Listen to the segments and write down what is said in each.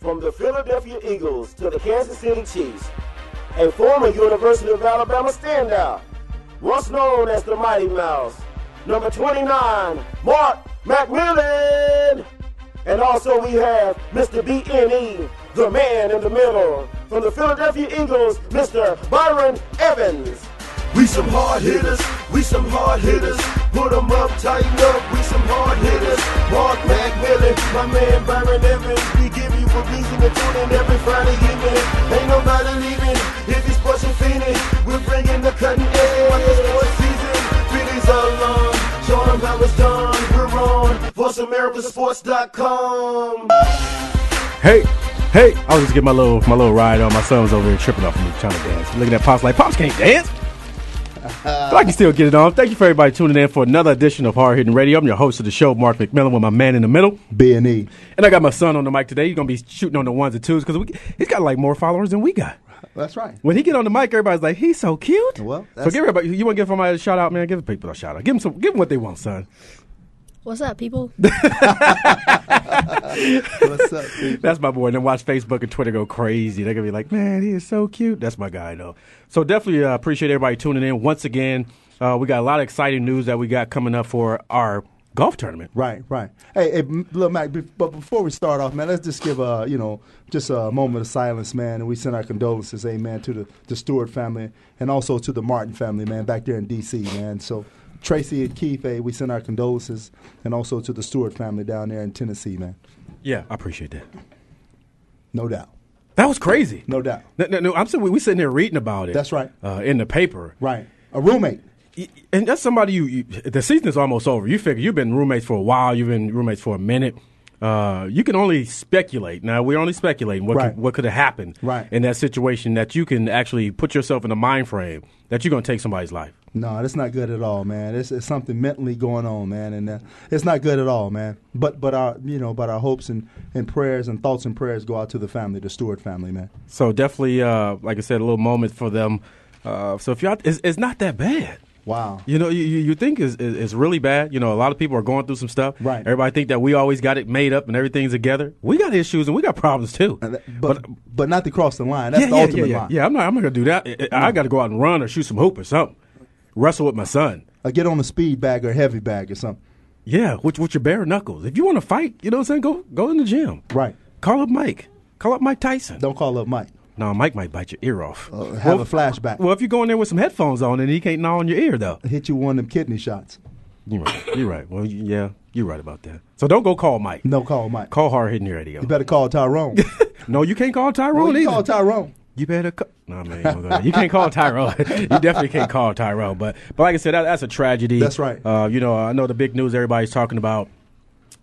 From the Philadelphia Eagles to the Kansas City Chiefs, a former University of Alabama standout, once known as the Mighty Mouse, number 29, Mark McMillan. And also we have Mr. BNE, E, the man in the middle. From the Philadelphia Eagles, Mr. Byron Evans. We some hard hitters, we some hard hitters. Put 'em up, tighten up, we some hard hitters. Mark McMillan, my man Byron Evans. We give you a reason to tune in every Friday evening. Ain't nobody leaving if it's pushing Phoenix. We're bringing the cutting edge. Like the sports season, Phoenix all along. Show 'em how it's done. We're on VoiceAmericaSports.com. Hey, hey! I was just getting my little my little ride on. My son was over here tripping off of me trying to dance. Looking at pops like pops can't dance. Uh-huh. but I can still get it on. Thank you for everybody tuning in for another edition of Hard Hitting Radio. I'm your host of the show, Mark McMillan, with my man in the middle, B and E. and I got my son on the mic today. He's gonna be shooting on the ones and twos because he's got like more followers than we got. That's right. When he get on the mic, everybody's like, "He's so cute." Well, so that's- give everybody. You want to give somebody a shout out, man? Give people a shout out. Give them some. Give them what they want, son. What's up, people? What's up? dude? That's my boy. And then watch Facebook and Twitter go crazy. They're gonna be like, "Man, he is so cute." That's my guy, though. So definitely uh, appreciate everybody tuning in once again. Uh, we got a lot of exciting news that we got coming up for our golf tournament. Right, right. Hey, hey, m- Lil Mac. be- But before we start off, man, let's just give a you know just a moment of silence, man, and we send our condolences, amen, to the the Stewart family and also to the Martin family, man, back there in D.C., man. So Tracy and Keith, hey, we send our condolences, and also to the Stewart family down there in Tennessee, man. Yeah, I appreciate that. No doubt, That was crazy. no doubt. No, no, no, I'm sitting. We, we sitting here reading about it. That's right. Uh, in the paper. Right, a roommate. Y- And that's somebody you, you. The season is almost over. You figure you've been roommates for a while. You've been roommates for a minute. Uh, you can only speculate. Now we're only speculating what Right. could, what could have happened Right. in that situation that you can actually put yourself in a mind frame that you're going to take somebody's life. No, that's not good at all, man. It's, it's something mentally going on, man, and uh, it's not good at all, man. But but our you know, but our hopes and, and prayers and thoughts and prayers go out to the family, the Stewart family, man. So definitely, uh, like I said, a little moment for them. Uh, so if y'all, it's, it's not that bad. Wow. You know, you, you you think is is really bad. You know, a lot of people are going through some stuff. Right. Everybody think that we always got it made up and everything's together. We got issues and we got problems too. And that- but, but not to cross the line. That's uh, yeah, the yeah, ultimate yeah, yeah. line. Yeah, I'm not. I'm not gonna do that. I- I, I got to go out and run or shoot some hoop or something. Wrestle with my son. Uh, get on a speed bag or a heavy bag or something. Yeah, with, with your bare knuckles. If you want to fight, you know what I'm saying. Go go in the gym. Right. Call up Mike. Call up Mike Tyson. Don't call up Mike. No, Mike might bite your ear off. Uh, have Well, a flashback. Well, if you go in there with some headphones on and he can't gnaw on your ear though. Hit you with one of them kidney shots. You're right. You're right. Well, y- yeah, you're right about that. So don't go call Mike. No call Mike. Call hard hitting radio. You better call Tyrone. no, you can't call Tyrone well, you either. call Tyrone. You better. Call- no, man, you don't go there. you can't call Tyrone. you definitely can't call Tyrone. But but like I said, that, that's a tragedy. That's right. Uh, you know, I know the big news everybody's talking about.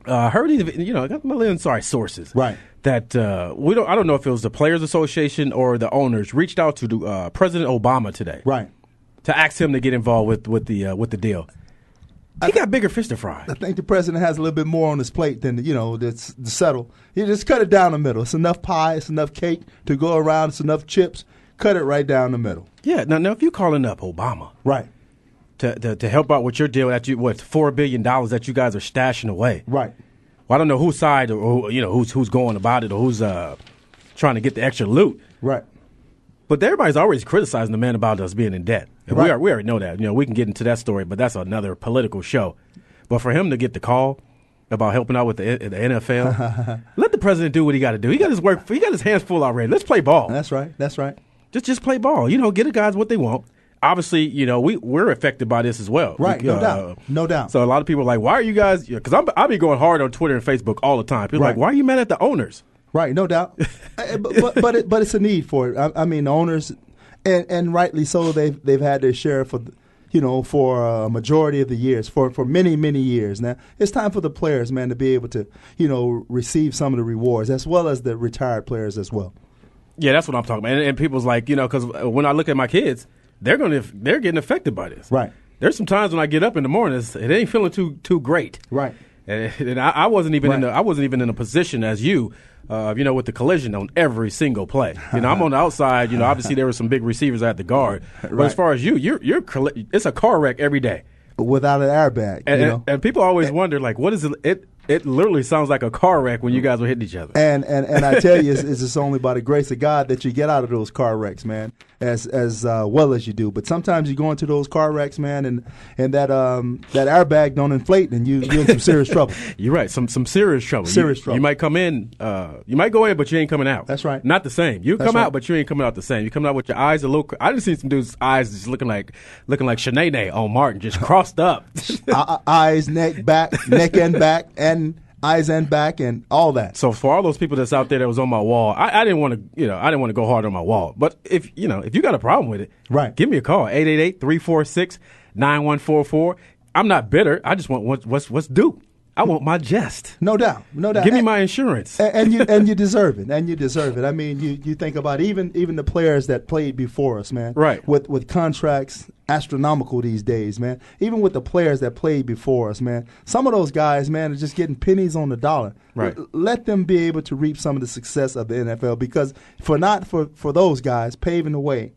Uh, I heard these, you know, I got my little inside sources. Right. That uh, we don't. I don't know if it was the Players Association or the owners reached out to uh, President Obama today. Right. To ask him to get involved with with the uh, with the deal. He got bigger fish to fry. I think the president has a little bit more on his plate than you know that's to settle. You just cut it down the middle. It's enough pie. It's enough cake to go around. It's enough chips. Cut it right down the middle. Yeah. Now, now if you're calling up Obama Right. to, to to help out with your deal that you with four billion dollars that you guys are stashing away. Right. Well, I don't know whose side or, or you know who's who's going about it or who's uh, trying to get the extra loot. Right. But everybody's always criticizing the man about us being in debt. And we Right. are, we already know that. You know, we can get into that story, but that's another political show. But for him to get the call about helping out with the, the NFL, let the president do what he got to do. He got his work. He got his hands full already. Let's play ball. That's right. That's right. Just just play ball. You know, get the guys what they want. obviously, you know, we we're affected by this as well. Right, You no doubt. No doubt. So a lot of people are like, why are you guys? Because I'm I be going hard on Twitter and Facebook all the time. People are like, Right. why are you mad at the owners? Right, no doubt. Uh, but but but, it, but it's a need for it. I, I mean, the owners, and and rightly so, they've they've had their share for, you know, for a majority of the years, for for many many years now. It's time for the players, man, to be able to you know receive some of the rewards as well as the retired players as well. Yeah, that's what I'm talking about. And, and people's like, you know, because when I look at my kids, they're going to they're getting affected by this. Right. There's some times when I get up in the morning, it's, it ain't feeling too too great. Right. And, and I, I wasn't even in the Right. I wasn't even in a position as you, uh, you know, with the collision on every single play. You know, I'm on the outside. You know, obviously there were some big receivers I had to guard. But Right. as far as you, you're you're colli- it's a car wreck every day. Without an airbag, And, you and- know. Eh. and people always wonder like, what is it? It it literally sounds like a car wreck Mm. when you guys were hitting each other. And and and I tell you, it's, it's just only by the grace of God that you get out of those car wrecks, man, as as uh, well as you do. But sometimes you go into those car wrecks, man, and and that um that airbag don't inflate, and you you're in some serious trouble. You're right. Some some serious trouble. You- Serious trouble. You might come in. Uh, you might go in, but you ain't coming out. That's right. Not the same. You That's come right. out, but you ain't coming out the same. You coming out with your eyes a little. cr- I just seen some dudes' eyes just looking like looking like Shanae on Martin, just crossed up. I, I- eyes, neck, back, neck and back, and eyes and back, and all that. so for all those people that's out there that was on my wall, I, I didn't want to. You know, I didn't want to go hard on my wall. But if you know, if you got a problem with it, Right. Give me a call 888-346-9144. I'm not bitter. I just want what's what's, what's due. I want my jest. No eh, doubt, no doubt. Give me And- my insurance. and, and you and you deserve it, and you deserve it. I mean, you, you think about even even the players that played before us, man. Right. With with contracts astronomical these days, man. Even with the players that played before us, man. Some of those guys, man, are just getting pennies on the dollar. Right. L- let them be able to reap some of the success of the NFL because for not for for those guys paving the way,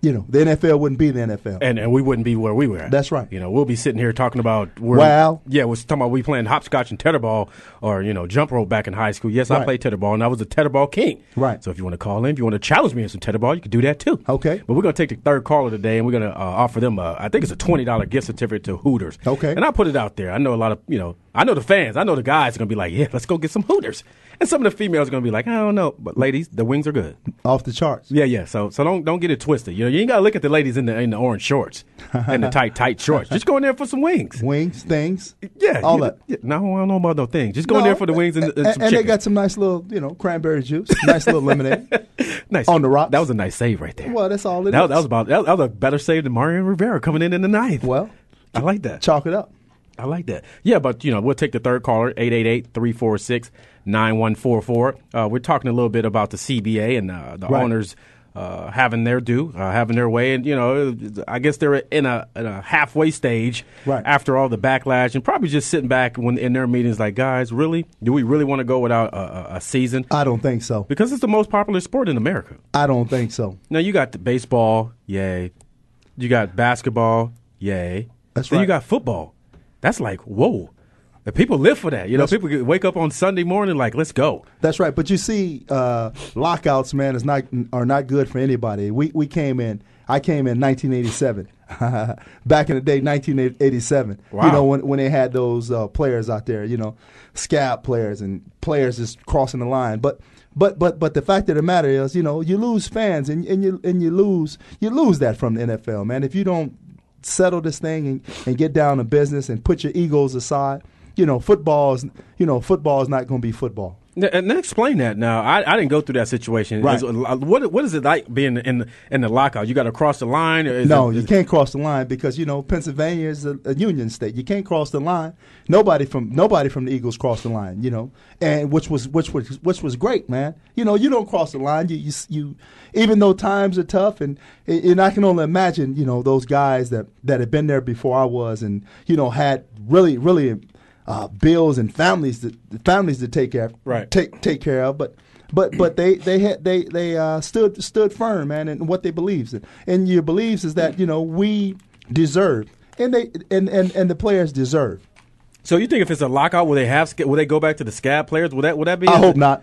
you know, the NFL wouldn't be the NFL. and and we wouldn't be where we were. At. That's right. You know, we'll be sitting here talking about where, Wow. Yeah, we're talking about we playing hopscotch and tetherball or you know jump rope back in high school. Yes, I Right. played tetherball and I was a tetherball king. Right. So if you want to call in, if you want to challenge me in some tetherball, you can do that too. Okay. But we're gonna take the third caller today and we're gonna uh, offer them a, I think it's a twenty dollar gift certificate to Hooters. Okay. And I put it out there. I know a lot of you know I know the fans. I know the guys are gonna be like, yeah, let's go get some Hooters. And some of the females are gonna be like, I don't know, but ladies, the wings are good. off the charts. Yeah, yeah. So so don't don't get it twisted. You know, you ain't gotta look at the ladies in the in the orange shorts and the tight tight shorts. Just go in there for some wings. Wings, things. Yeah, All you- that. yeah, no, I don't know about no things. Just go in there for the wings and, and, some and they chicken. got some nice little, you know, cranberry juice, nice little lemonade. nice on the rocks. That was a nice save right there. Well, that's all it that, was- is. that was about that, that was a better save than Mario Rivera coming in in the ninth. Well, I like that. Chalk it up. I like that. Yeah, but you know, we'll take the third caller 888-346-9144. Uh, we're talking a little bit about the CBA and uh, the Right. owners uh, having their due, uh, having their way, and you know, I guess they're in a, in a halfway stage Right. after all the backlash, and probably just sitting back when in their meetings, like, guys, really, do we really want to go without a, a- a season? I don't think so. Because it's the most popular sport in America. I don't think so. Now you got the baseball, yay. You got basketball, yay. That's then You right. got football. That's like whoa. The people live for that. You know, people get- wake up on Sunday morning like, let's go. That's right. But you see, uh, lockouts, man, is not are not good for anybody. We we came in. I came in 1987. Back in the day, 1987. Wow. You know when when they had those uh, players out there. You know, scab players and players just crossing the line. But but but but the fact of the matter is, you know, you lose fans and, and you and you lose you lose that from the NFL, man. If you don't settle this thing and, and get down to business and put your egos aside. You know, football is you know football is not going to be football. N- And then explain that. Now, I, I didn't go through that situation. Right. Is- What what is it like being in in the lockout? You got to cross the line. Or is no, it- you is- can't cross the line because you know Pennsylvania is a, a union state. You can't cross the line. Nobody from nobody from the Eagles crossed the line, you know, and which was which was which was great, man. You know, you don't cross the line. You you, s- you even though times are tough, and and I can only imagine, you know, those guys that that had been there before I was, and you know had really really uh, bills and families to, families to take care Right. take take care of, but. But but they they had they they uh, stood stood firm, man, in what they believes in. And your beliefs is that you know we deserve, and they and and, and the players deserve. So you think if it's a lockout, will they have? sca- Will they go back to the scab players? Will that? Will that be? I hope not.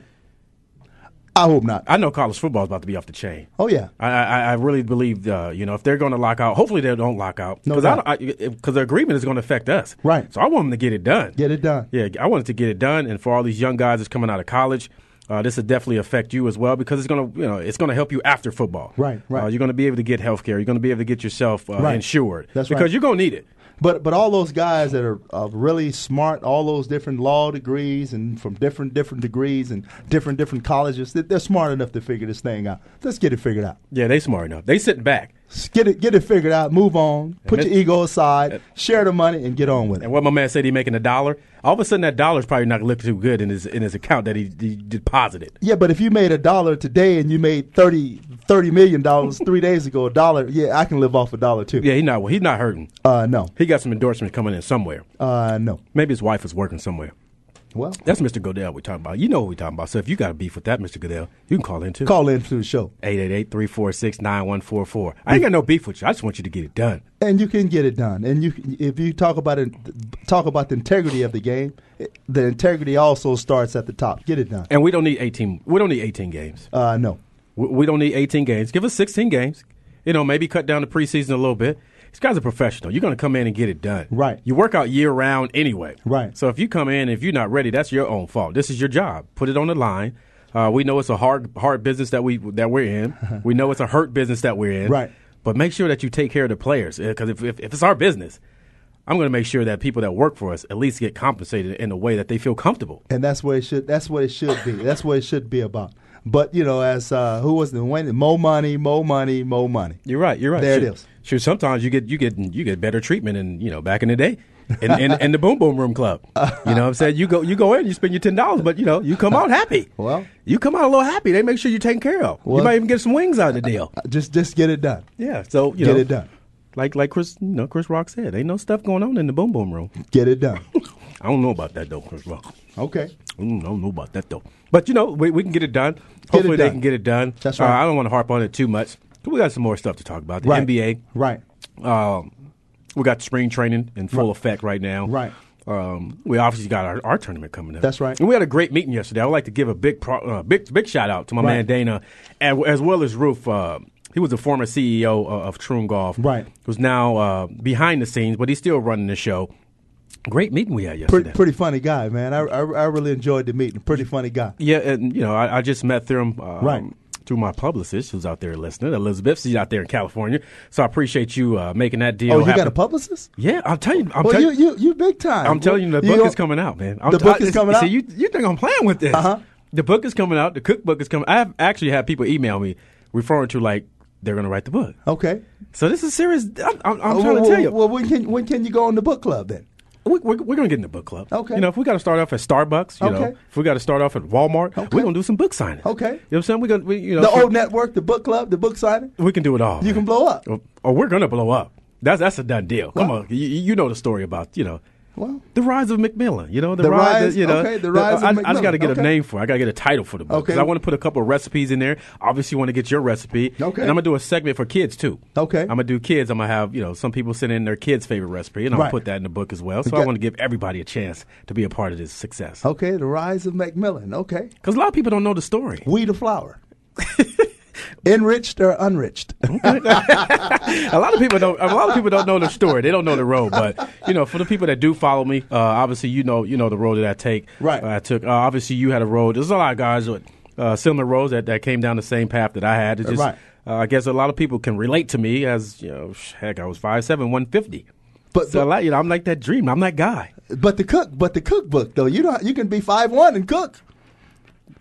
I hope not. I know college football is about to be off the chain. Oh yeah, I, I, I really believe, uh, you know, if they're going to lock out, hopefully they don't lock out No because doubt. because the agreement is going to affect us, Right. So I want them to get it done. Get it done. Yeah, I want it to get it done, and for all these young guys that's coming out of college, Uh, this will definitely affect you as well because it's gonna, you know, it's gonna help you after football. Right, right. Uh, you're gonna be able to get health care. You're gonna be able to get yourself uh, Right. insured. That's because right. you're gonna need it. But but all those guys that are, are really smart, all those different law degrees and from different different degrees and different different colleges, they- they're smart enough to figure this thing out. Let's get it figured out. Yeah, they smart enough. They sitting back. Let's Get it get it figured out. Move on. Put And your ego aside. share the money and get on with And it. what my man said, he making a dollar. All of a sudden, that dollar's probably not look too good in his in his account that he, he deposited. Yeah, but if you made a dollar today and you made 30, 30 million dollars three days ago, a dollar, yeah, I can live off a dollar too. Yeah, he not he's not hurting. Uh, no. He got some endorsements coming in somewhere. Uh, no. Maybe his wife is working somewhere. Well, That's Mr. Goodell we talking about. You know what we talking about. So if you got a beef with that, Mr. Goodell, you can call in too. call in to the show. 888-346-9144. I ain't got no beef with you. I just want you to get it done. and you can get it done. And you, if you talk about it, talk about the integrity of the game. it- The integrity also starts at the top. Get it done. And we don't need 18 we don't need 18 games. Uh, no, We, we don't need 18 games. Give us 16 games. You know, maybe cut down the preseason a little bit. This guy's a professional. You're going to come in and get it done. Right. You work out year round anyway. Right. So if you come in, if you're not ready, that's your own fault. This is your job. Put it on the line. Uh, we know it's a hard, hard business that we that we're in. we know it's a hurt business that we're in. Right. But make sure that you take care of the players because if, if, if it's our business, I'm going to make sure that people that work for us at least get compensated in a way that they feel comfortable. and that's what it should. That's what it should be. That's what it should be about. But you know, as uh, who was the winning? Mo money, mo money, mo money. You're right. You're right. There it sure, is. Sure. Sometimes you get you get you get better treatment, and you know back in the day, in, in, in the Boom Boom Room Club. You know what I'm saying? You go you go in, you spend your ten dollars, but you know you come out happy. Well- you come out a little happy. They make sure you're taken care of. Well- you might even get some wings out of the deal. Just, just get it done. Yeah. So you Get know, it done. Like like Chris, you know, Chris Rock said, ain't no stuff going on in the Boom Boom Room. Get it done. I don't know about that though, Chris Rock. Okay. Mm, I don't know about that though. But you know, we, we can get it done. Hopefully, they done. can get it done. That's Uh, right. I don't want to harp on it too much. We got some more stuff to talk about. The Right. NBA, Right. um, we got spring training in full effect right now. Right. Um, we obviously got our, our tournament coming up. That's right. And we had a great meeting yesterday. I would like to give a big pro, uh, big big shout out to my Right. man Dana, as, as well as Roof. Uh, he was the former CEO uh, of, of Troon Golf. Right. Who's now uh, behind the scenes, but he's still running the show. Great meeting we had yesterday. Pretty, pretty funny guy, man. I, I, I really enjoyed the meeting. Pretty funny guy. Yeah, and you know, I, I just met through him, um, Right. Through my publicist, who's out there listening, Elizabeth. She's out there in California, so I appreciate you uh, making that deal. Oh, you got happen. a publicist? Yeah, I'm telling you. I'm Well, telling you, you, you big time. I'm telling you, the book don't- is coming out, man. I'm The t- book I- is it's- coming See, out? you, you think I'm playing with this? Uh-huh. The book is coming out. The cookbook is coming. I've actually had people email me referring to like they're going to write the book. Okay. So this is serious. I'm, I'm, I'm Oh, trying well, to tell you, Well, when can when can you go in the book club then? we, we're, we're going to get in the book club. Okay. You know, if we got to start off at Starbucks, you Okay. know, if we got to start off at Walmart, Okay. we're going to do some book signing. Okay. You know what I'm saying? We're going to, we, you know, The so- old network, the book club, the book signing. we can do it all. You man. can blow up. Or, or Oh, we're going to blow up. That's that's a done deal. Come Well- on, you, you know the story about you know. Well- the rise of Macmillan, you know the, The rise, rise- you know, okay, the rise of I, I just got to Macmillan, get okay. a name for. it. I got to get a title for the book. 'cause Okay. I want to put a couple of recipes in there. Obviously, want to get your recipe. Okay. and I'm gonna do a segment for kids too. Okay. I'm gonna do kids. I'm gonna have you know some people send in their kids' favorite recipe, and I'm Right. gonna put that in the book as well. So I Okay. want to give everybody a chance to be a part of this success. Okay, the rise of Macmillan. Okay, Because a lot of people don't know the story. we the flower. Enriched or unriched? Hmm? a lot of people don't. A lot of people don't know the story. They don't know the road. But you know, for the people that do follow me, uh, obviously you know you know the road that I take. Right. Uh, I took. Uh, obviously, you had a road. There's a lot of guys with uh, similar roads that, that came down the same path that I had. It's just, Right. Uh, I guess a lot of people can relate to me as you know. sh- Heck, I was five seven, one fifty. But- so but- a lot, you know, I'm like that dream. I'm that guy. but the cook, but the cookbook though. You don't. You can be five one and cook.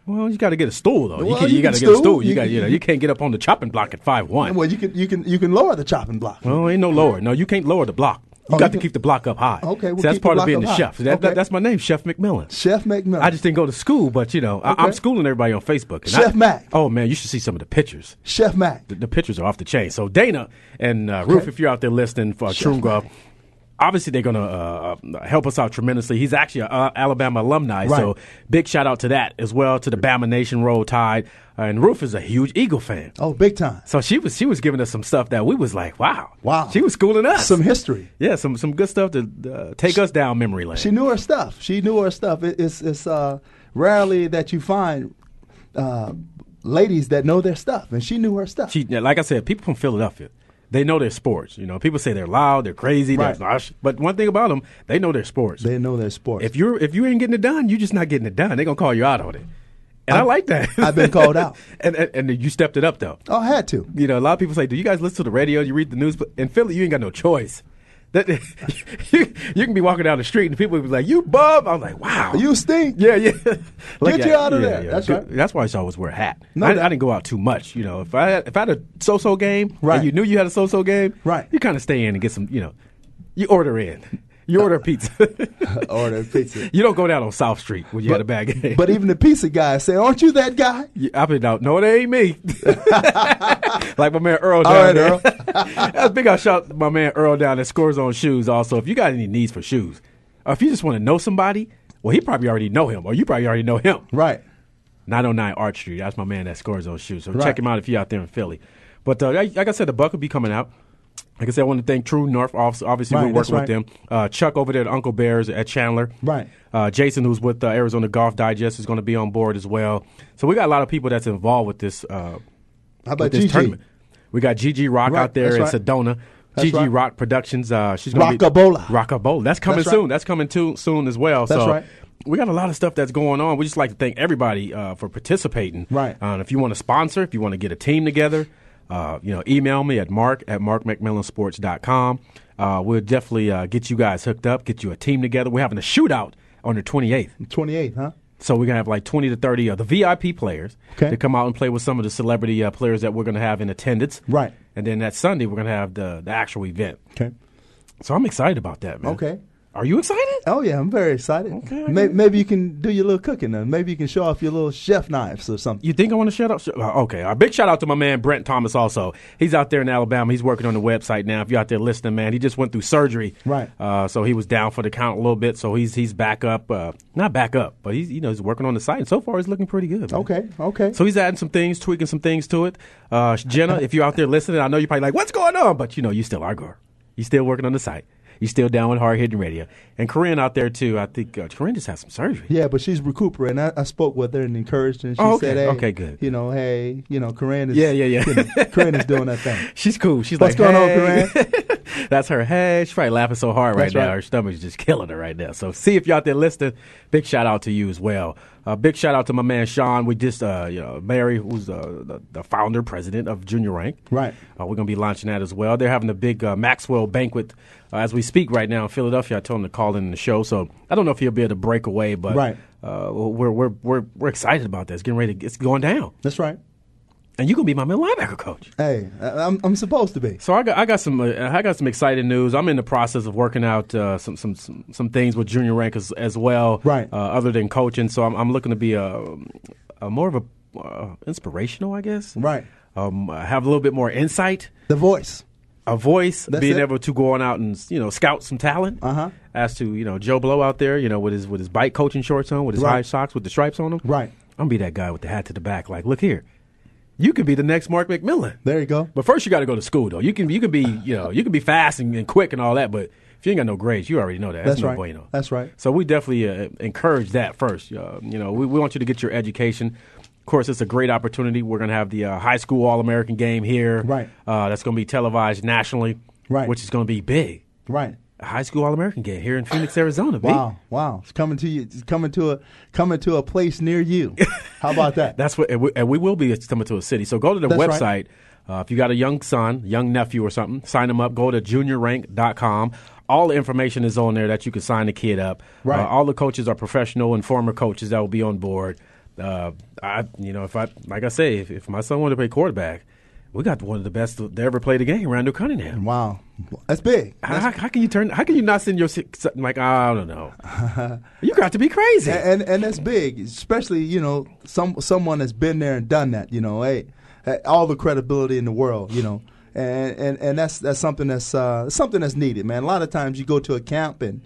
Well, you got to get a stool though. you Well, can, you you got to can get a stool. stool. You, You got can- you know you can't get up on the chopping block at five one. Well, you can. You can. You can lower the chopping block. Oh, ain't no lower. No, you can't lower the block. You Oh, got you to can- keep the block up high. Okay, we'll See, that's keep the part of block being up a high. chef. That, that- Okay. that's my name, Chef McMillan. Chef Macmillan. I just didn't go to school, but you know, I, Okay. I'm schooling everybody on Facebook. and Chef I- Mac. Oh man, you should see some of the pictures. Chef Mac. The, the pictures are off the chain. So Dana and uh, Roof, if you're out there listening for Chef Trunga, obviously they're going to uh, uh, help us out tremendously. He's actually an uh, Alabama alumni, so Right. big shout out to that as well to the Bama Nation Roll Tide. Uh, and Roof is a huge Eagle fan. Oh, big time. So she was she was giving us some stuff that we was like, wow, Wow. She was schooling us. Some history. yeah, some some good stuff to uh, take us down memory lane. She knew her stuff. She knew her stuff. It, it's it's uh, rarely that you find uh, ladies that know their stuff, and she knew her stuff. She- like I said, people from Philadelphia, they know their sports. You know, people say they're loud, they're crazy, Right. they're nosh- but one thing about them, they know their sports. they know their sports. if you're if you ain't getting it done, you're just not getting it done. They're gonna call you out on it. And I like that. I've been called out. and, and and you stepped it up though. Oh, I had to. You know, a lot of people say, "Do you guys listen to the radio? You read the news?" But in Philly, you ain't got no choice. That you, you can be walking down the street and people will be like, "You bum!" I'm like, "Wow, You stink. yeah, yeah." Get you out of there. That's Dude, right. That's why I used to always wear a hat. No, I, that- I didn't go out too much. You know, if I had, if I had a so-so game, Right. and you knew you had a so-so game, Right. You kind of stay in and get some. You know, you order in. You order a pizza. Order pizza. you don't go down on South Street when you had a bad game. But even the pizza guy say, "Aren't you that guy?" Yeah, I've been out. No, it ain't me. like my man Earl down All right, there. Earl. That's big. I shout my man Earl down at Scores on Shoes. Also, if you got any needs for shoes, or if you just want to know somebody, well, he probably already know him, or you probably already know him. Right. 909 Art oh Street. That's my man that scores those shoes. So Right. check him out if you're out there in Philly. But uh, like like I said, the buck will be coming out. Like I said, I want to thank True North. obvi- Obviously, Right, we're that's working with them. right. Uh, Chuck over there at Uncle Bears at Chandler. Right. Uh, Jason, who's with uh, Arizona Golf Digest, is going to be on board as well. So we got a lot of people that's involved with this. Uh, How with about this Gigi? tournament. We got Gigi Rock Right, out there in that's right. Sedona. That's Gigi right. Rock Productions. Uh, she's gonna Rockabola. Be, Rockabola. That's coming That's right. soon. That's coming too soon as well. That's so right. we got a lot of stuff that's going on. We just like to thank everybody uh, for participating. Right. Uh, and if you want to sponsor, if you want to get a team together, uh, you know, email me at mark at markmcmillansports.com. Uh, we'll definitely uh, get you guys hooked up, get you a team together. We're having a shootout on the 28th. Twenty-eight, huh? So we're gonna have like twenty to thirty of the VIP players Okay. to come out and play with some of the celebrity uh, players that we're gonna have in attendance. Right. And then that Sunday we're gonna have the the actual event. Okay. So I'm excited about that, man. Okay. Are you excited? Oh yeah, I'm very excited. Okay. May- maybe you can do your little cooking. Then. Maybe you can show off your little chef knives or something. You think I want to shout out? sh- uh, Okay, a big shout out to my man Brent Thomas. Also, he's out there in Alabama. He's working on the website now. If you're out there listening, man, he just went through surgery. Right. Uh, so he was down for the count a little bit. So he's he's back up. Uh, not back up, but he's you know he's working on the site. And so far, he's looking pretty good. man. Okay, okay. So he's adding some things, tweaking some things to it. Uh, Jenna, if you're out there listening, I know you're probably like, "What's going on?" But you know, you still are girl. You still working on the site. You still down with hard hitting radio. And Corinne out there too. I think uh, Corinne just had some surgery. Yeah, but she's recuperating. I, I spoke with her and encouraged her. And she Oh, okay. said, hey, Okay, good. You know, hey, you know, Corinne is. Yeah, yeah, yeah. you know, Corinne is doing that thing. She's cool. She's What's like, going on, hey. That's her. Hey, she's probably laughing so hard right That's now. right. Her stomach's just killing her right now. So see if you're out there listening. Big shout out to you as well. Uh, big shout out to my man Sean. We just, uh, you know, Barry, who's uh, the, the founder, president of Junior Rank. Right. Uh, we're gonna be launching that as well. They're having a big uh, Maxwell banquet uh, as we speak right now in Philadelphia. I told him to call in the show, so I don't know if he'll be able to break away, but Right. uh, we're we're we're we're excited about this. Getting ready, to, it's going down, That's right. and you're gonna be my middle linebacker coach. Hey, I, I'm, I'm supposed to be. So I got I got some uh, I got some exciting news. I'm in the process of working out uh, some, some some some things with junior rank as, as well, Right. Uh, other than coaching, so I'm, I'm looking to be a, a more of a uh, inspirational, I guess. Right. Um, have a little bit more insight, The voice. a voice, That's being it. able to go on out and you know scout some talent. Uh-huh. As to you know Joe Blow out there, you know with his with his bike coaching shorts on, with his Right. high socks, with the stripes on them. Right. I'm gonna be that guy with the hat to the back. Like, look here, you could be the next Mark McMillan. There you go. But first, you got to go to school, though. You can you can be you know you can be fast and, and quick and all that, but if you ain't got no grades, you already know that. That's, That's no right. bueno. That's right. So we definitely uh, encourage that first. Uh, you know, we, we want you to get your education. Of course, it's a great opportunity. We're going to have the uh, high school All American game here. Right. Uh, that's going to be televised nationally. Right. Which is going to be big. Right. A high school All American game here in Phoenix, Arizona. B. Wow, wow. It's coming to you. It's coming to a coming to a place near you. How about that? That's what, and we, and we will be coming to a city. So go to the That's website. right. Uh, if you got a young son, young nephew, or something, sign them up. Go to juniorrank.com. All the information is on there that you can sign the kid up. Right. Uh, all the coaches are professional and former coaches that will be on board. Uh, I, you know, if I, like I say, if, if my son wanted to play quarterback, we got one of the best to ever play the game, Randall Cunningham. wow, that's big. How, how, how can you turn? How can you not send your si- son- like? I don't know. you got to be crazy. and and that's big, especially you know some someone that's been there and done that. You know, hey, hey, all the credibility in the world. You know, and and, and that's that's something that's uh, something that's needed, man. A lot of times you go to a camp and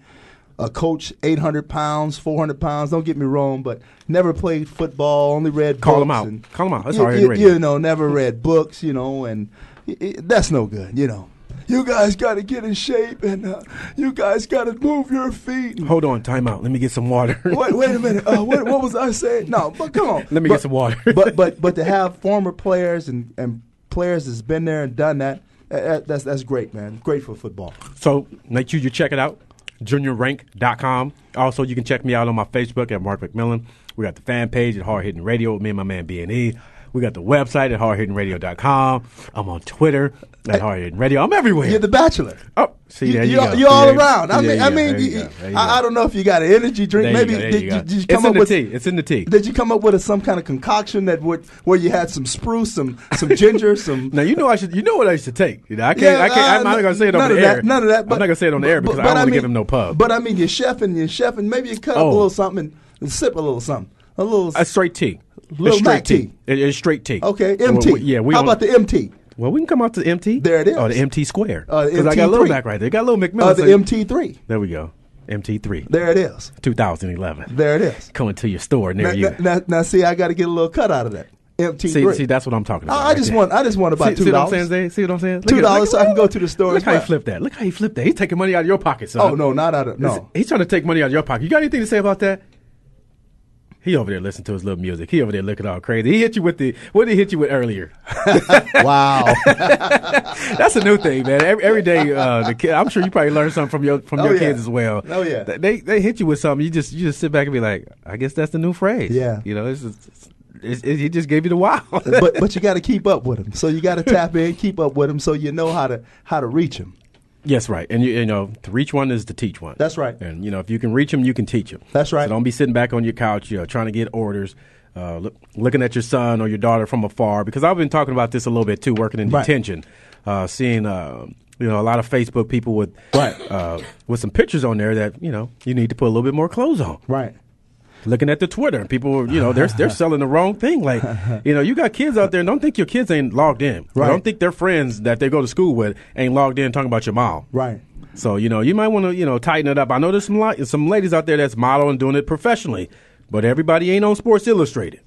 a coach, eight hundred pounds, four hundred pounds. Don't get me wrong, but never played football, only read Call books 'em out. and- Call 'em out. That's you, already you, written. you know, never read books. You know, and i i that's no good. You know. You guys got to get in shape, and uh, you guys got to move your feet. and Hold on, time out. Let me get some water. wait, wait a minute. Uh, what, what was I saying? No, but come on. Let me But- get some water. but but but to have former players and, and players that's been there and done that, uh, uh, that's that's great, man. Great for football. So make sure you check it out, juniorrank.com. Also, you can check me out on my Facebook at Mark McMillan. We got the fan page at Hard Hitting Radio with me and my man B&E. We got the website at hardhittingradio.com. I'm on Twitter at Hard Hitting Radio. I'm everywhere. You're the bachelor. Oh, see, there you, you're, go. you're all There- around. I there mean, you I go. mean, There you you- go. There you I, I go. don't know if you got an energy drink. There you Maybe go. There did you you, go. did you It's come in up the with tea. It's in the tea. Did you come up with a, some kind of concoction that would where you had some spruce, some some ginger, some Now you know I should. You know what I used to take. You know, I can't. I can't. I'm uh, not gonna say it on none the of air. That, none of that. But, I'm not gonna say it on the air but- because I but don't want to mean- give him no pub. But I mean, you're chefing, you're chefing. Maybe you cut up Oh. a little something and sip a little something, a little. a straight tea. Little a straight Mac tea. It- it's straight tea. okay, Well, MT. we- yeah, we How don't- about the MT? Well, we can come out to the MT. There it is. Oh, the MT square. Uh, Because I got a little MT3. back right there. Got a little McMillan. Uh, the so- MT3. There we go. MT three. There it is. 2011. There it is. Coming to your store near Now, you. now, now, now see, I got to get a little cut out of that MT3. see, see, that's what I'm talking about. I- I right just there. want- I just want about See- See what I'm $2. saying, Zay? See what I'm saying? Look Two at- look dollars so I at- can go to the store. Look as how well. he flipped that. Look how he flipped that. He's taking money out of your pocket, son. Oh no, not out of no. He's trying to take money out of your pocket. You got anything to say about that? He over there listening to his little music. He over there looking all crazy. He hit you with the what did he hit you with earlier? Wow. That's a new thing, man. Every, every day, uh, the kid, I'm sure you probably learned something from your from Oh, your yeah. kids as well. Oh, yeah. Th- they they hit you with something. You just you just sit back and be like, I guess that's the new phrase. Yeah. you know, it's, just, it's, it, he just gave you the wow. but but you got to keep up with him. So you got to tap in, keep up with him, so you know how to how to reach him. yes, right. And you, you know, to reach one is to teach one. That's right. And you know, if you can reach them, you can teach them. That's right. So don't be sitting back on your couch, you know, trying to get orders. Uh, look, looking at your son or your daughter from afar, because I've been talking about this a little bit too, working in Right. detention, uh, seeing uh, you know a lot of Facebook people with Right. uh, with some pictures on there that you know you need to put a little bit more clothes on. Right. Looking at the Twitter, and people you know they're they're selling the wrong thing. Like you know you got kids out there, and don't think your kids ain't logged in. Right. Don't think their friends that they go to school with ain't logged in talking about your mom. Right. So you know you might want to you know tighten it up. I know there's some li- some ladies out there that's modeling doing it professionally, but everybody ain't on Sports Illustrated.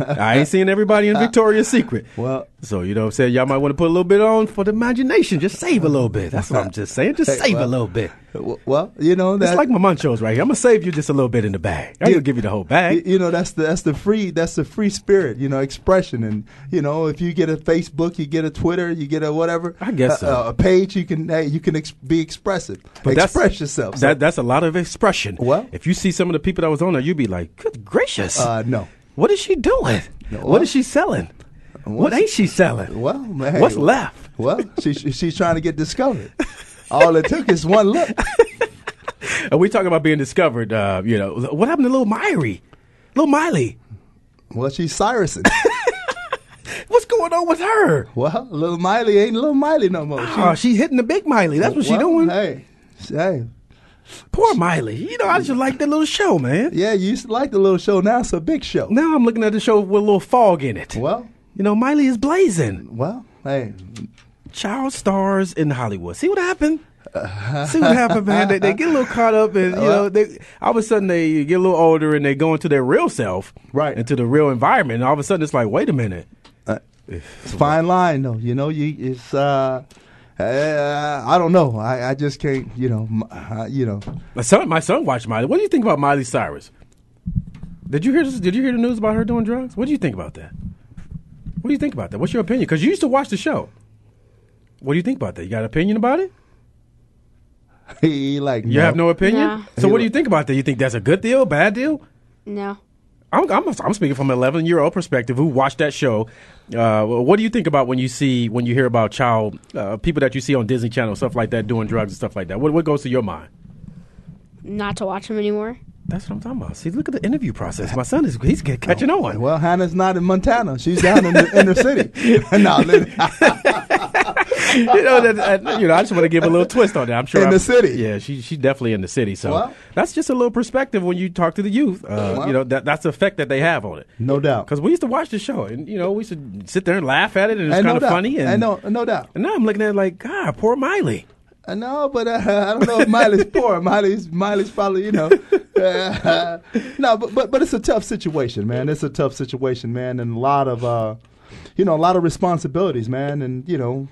I ain't seen everybody in Victoria's Secret. Well- so you know what I'm saying y'all might want to put a little bit on for the imagination. Just save a little bit. That's what I'm just saying. Just Hey, save a well- little bit. W- Well, you know It's that. like my munchos right here. I'm gonna save you just a little bit in the bag. I ain't gonna give you the whole y- bag. you know that's the that's the free that's the free spirit you know expression and you know if you get a Facebook you get a Twitter you get a whatever I guess a, so. a page you can hey, you can ex- be expressive express yourself So, That, that's a lot of expression. Well- if you see some of the people that was on there, you'd be like, "Good gracious, uh, no what is she doing? what well- is she selling? What What's- ain't she selling? well hey, what's left? well she, she she's trying to get discovered all it took is one look And we talking about being discovered. Uh, you know, what happened to little Myrie? Little Miley, well she's Cyrus what's going on with her? well little Miley ain't little Miley no more Oh, she's hitting the big Miley. That's what she Well, doing. hey hey Poor Miley. You know, I just like that little show, man. yeah you used to like the little show now it's a big show Now I'm looking at the show with a little fog in it. well You know, Miley is blazing. well hey Child stars in Hollywood. See what happened? See what happened, man. They, they get a little caught up, and you know, they all of a sudden they get a little older, and they go into their real self, Right. into the real environment. And all of a sudden, it's like, wait a minute, It's a fine line though. You know, you it's uh, uh I don't know. I, I just can't. You know, m- uh, you know. My son, my son watched Miley. What do you think about Miley Cyrus? Did you hear? This, did you hear the news about her doing drugs? What do you think about that? What do you think about that? What's your opinion? Because you used to watch the show. What do you think about that? You got an opinion about it? He like You have no opinion. No. So what do you think about that? You think that's a good deal, bad deal? No. I'm, I'm, I'm speaking from an 11 year old perspective who watched that show. Uh, what do you think about when you see when you hear about child uh, people that you see on Disney Channel stuff like that doing drugs and stuff like that? What what goes to your mind? Not to watch him anymore. That's what I'm talking about. See, look at the interview process. My son is he's get- catching on. Well, Hannah's not in Montana. She's down in the inner city. no, li- you know, that, that- you know, I just want to give a little twist on that. I'm sure In I'm- the city. Yeah, she she's definitely in the city. So Well. that's just a little perspective when you talk to the youth. Uh, Well. You know, that that's the effect that they have on it. no doubt. Because we used to watch the show, and you know, we used to sit there and laugh at it, and it's And kind no of doubt. funny. And, And no, no doubt. and now I'm looking at it like, God, poor Miley. Uh, No, but uh, I don't know if Miley's poor. Miley's Miley's probably you know. Uh, no, but but but it's a tough situation, man. It's a tough situation, man, and a lot of uh, you know, a lot of responsibilities, man, and you know,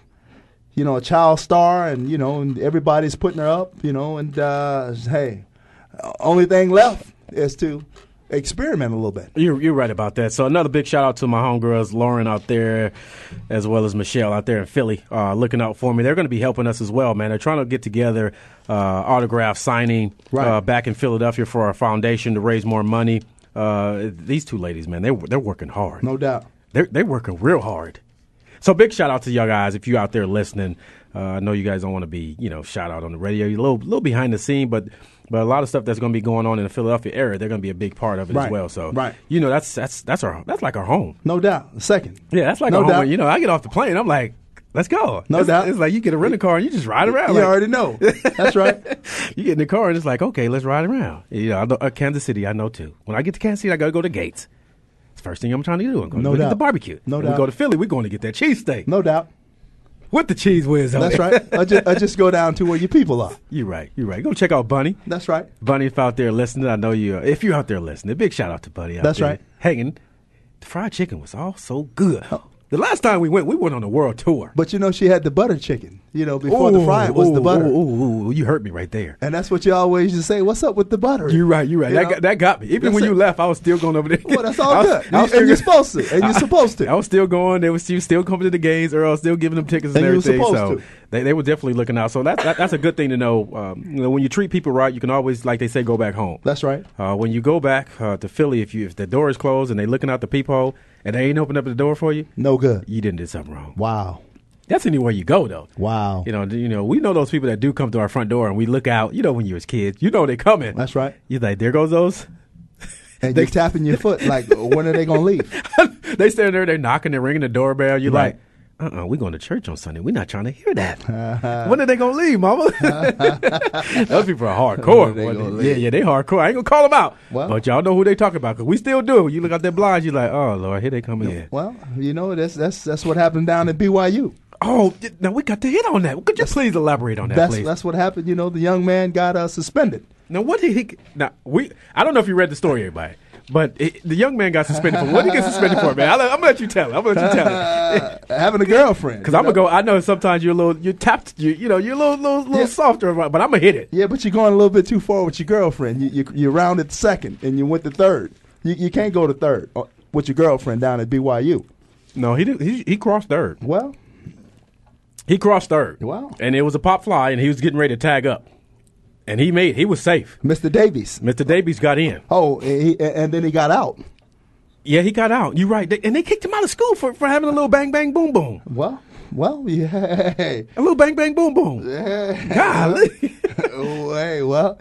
you know, a child star, and you know, and everybody's putting her up, you know, and uh, hey, only thing left is to experiment a little bit. You're, you're right about that. So another big shout out to my homegirls, Lauren out there, as well as Michelle out there in Philly, uh, looking out for me. They're going to be helping us as well, man. They're trying to get together uh, autograph signing Right. uh, back in Philadelphia for our foundation to raise more money. Uh, these two ladies, man, they they're working hard. No doubt. They're they're working real hard. So big shout out to y'all guys if you out there listening. Uh, I know you guys don't want to be you know shout out on the radio. You're a little little behind the scene, but but a lot of stuff that's going to be going on in the Philadelphia area, they're going to be a big part of it as Right. well. So Right. you know that's that's that's our that's like our home. No doubt. Second. Yeah, that's like No our home. doubt. You know, I get off the plane, I'm like. Let's go. No It's- doubt. It's like you get a rental car and you just ride around. You like- already know. That's right. you get in the car and it's like, okay, let's ride around. You know, I know, uh, Kansas City, I know too. When I get to Kansas City, I gotta go to Gates. It's the first thing I'm trying to do. I'm going No to get doubt. the barbecue. No When doubt. We go to Philly, we're going to get that cheesesteak No doubt. with the cheese whiz on That's it. right. I just, I just go down to where your people are. you're right. You're right. Go check out Bunny. That's right. Bunny, if out there listening, I know you. Are. If you're out there listening, big shout out to Bunny. Out That's there right. Hanging. The fried chicken was all so good. The last time we went, we went on a world tour. Oh. But you know, she had the butter chicken. You know, before the Ooh, fry was the ooh, butter. Ooh, ooh, ooh, you hurt me right there. And that's what you always just say. What's up with the butter? You're right. You're right. You that, know? got, that got me. Even That's when you it. left, I was still going over there. Well, that's all I was- good. I You- was and still- you're supposed to. And you're I- supposed to. I was still going. They was still, still coming to the games. Earl still giving them tickets and, And you was everything. so supposed to. They, they were definitely looking out. So that's that, that's a good thing to know. Um, you know, when you treat people right, you can always, like they say, go back home. That's right. Uh, when you go back uh, to Philly, if you if the door is closed and they looking out the peephole and they ain't opened up the door for you, No good. you didn't do something wrong. Wow. That's anywhere you go though. Wow. You know, you know, we know those people that do come to our front door and we look out. You know, when you was kids, you know they coming. That's right. You like there goes those. And you're tapping your foot like, when are they going to leave? they stand there, they're knocking, they're ringing the doorbell. You're Right. like, uh uh-uh, uh, we going to church on Sunday. We're not trying to hear that. when are they going to leave, mama? Those people are When are hardcore. they gonna yeah, leave? yeah, they hardcore. I ain't going to call them out. Well- but y'all know who they talking about because we still do. You look out that blinds, you're like, oh, Lord, here they come in. Well, you know, that's that's that's what happened down at BYU. Oh, th- now we got to hit on that. Could you please elaborate on that, That's please? that's what happened. You know, the young man got uh, suspended. Now, what did he? Now, we. I don't know if you read the story, everybody, but it, the young man got suspended for what did he get suspended for, man? I'll, let- I'm gonna let you tell it. I'm gonna let you tell it. Uh, having a girlfriend. Because I'm gonna go. I know sometimes you're a little, you tapped, you you know, you're a little, little, little Yeah. softer, but but I'm gonna hit it. Yeah, but you're going a little bit too far with your girlfriend. You you, you rounded second and you went to third. You, you can't go to third uh, with your girlfriend down at BYU. No, he did. He, he crossed third. Well, He crossed third. Wow. And it was a pop fly, and he was getting ready to tag up, and he made. He was safe. Mr. Davies. Mr. Davies got in. Oh, and, he, and then he got out. Yeah, he got out. You're right. They, and they kicked him out of school for, for having a little bang bang boom boom. Well, well, yeah. Hey, A little bang bang boom boom. Golly. hey well,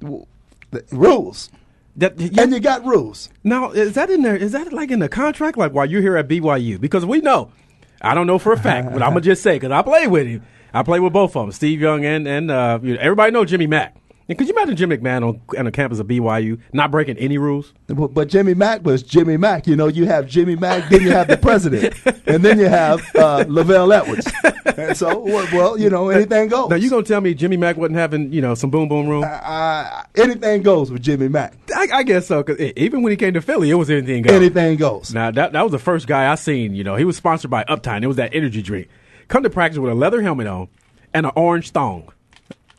w- the rules. That, And you got rules. Now, is that in there? Is that like in the contract? Like while you're here at BYU? Because we know, I don't know for a fact, but I'm gonna just say because I played with him. I played with both of them, Steve Young and and uh, you know, everybody know Jimmy Mack. And could you imagine Jimmy McMahon on, on the campus of BYU not breaking any rules? But, but Jimmy Mack was Jimmy Mack. You know, you have Jimmy Mack, then you have the president, and then you have uh, Lavelle Edwards. And so, well, well, you know, anything goes. Now you gonna tell me Jimmy Mack wasn't having you know some boom boom room? uh, anything goes with Jimmy Mack. I, I guess so. Cause e- even when he came to Philly, it was anything. Going. Anything goes. Now that that was the first guy I seen. You know, he was sponsored by Uptime. It was that energy drink. Come to practice with a leather helmet on and an orange thong.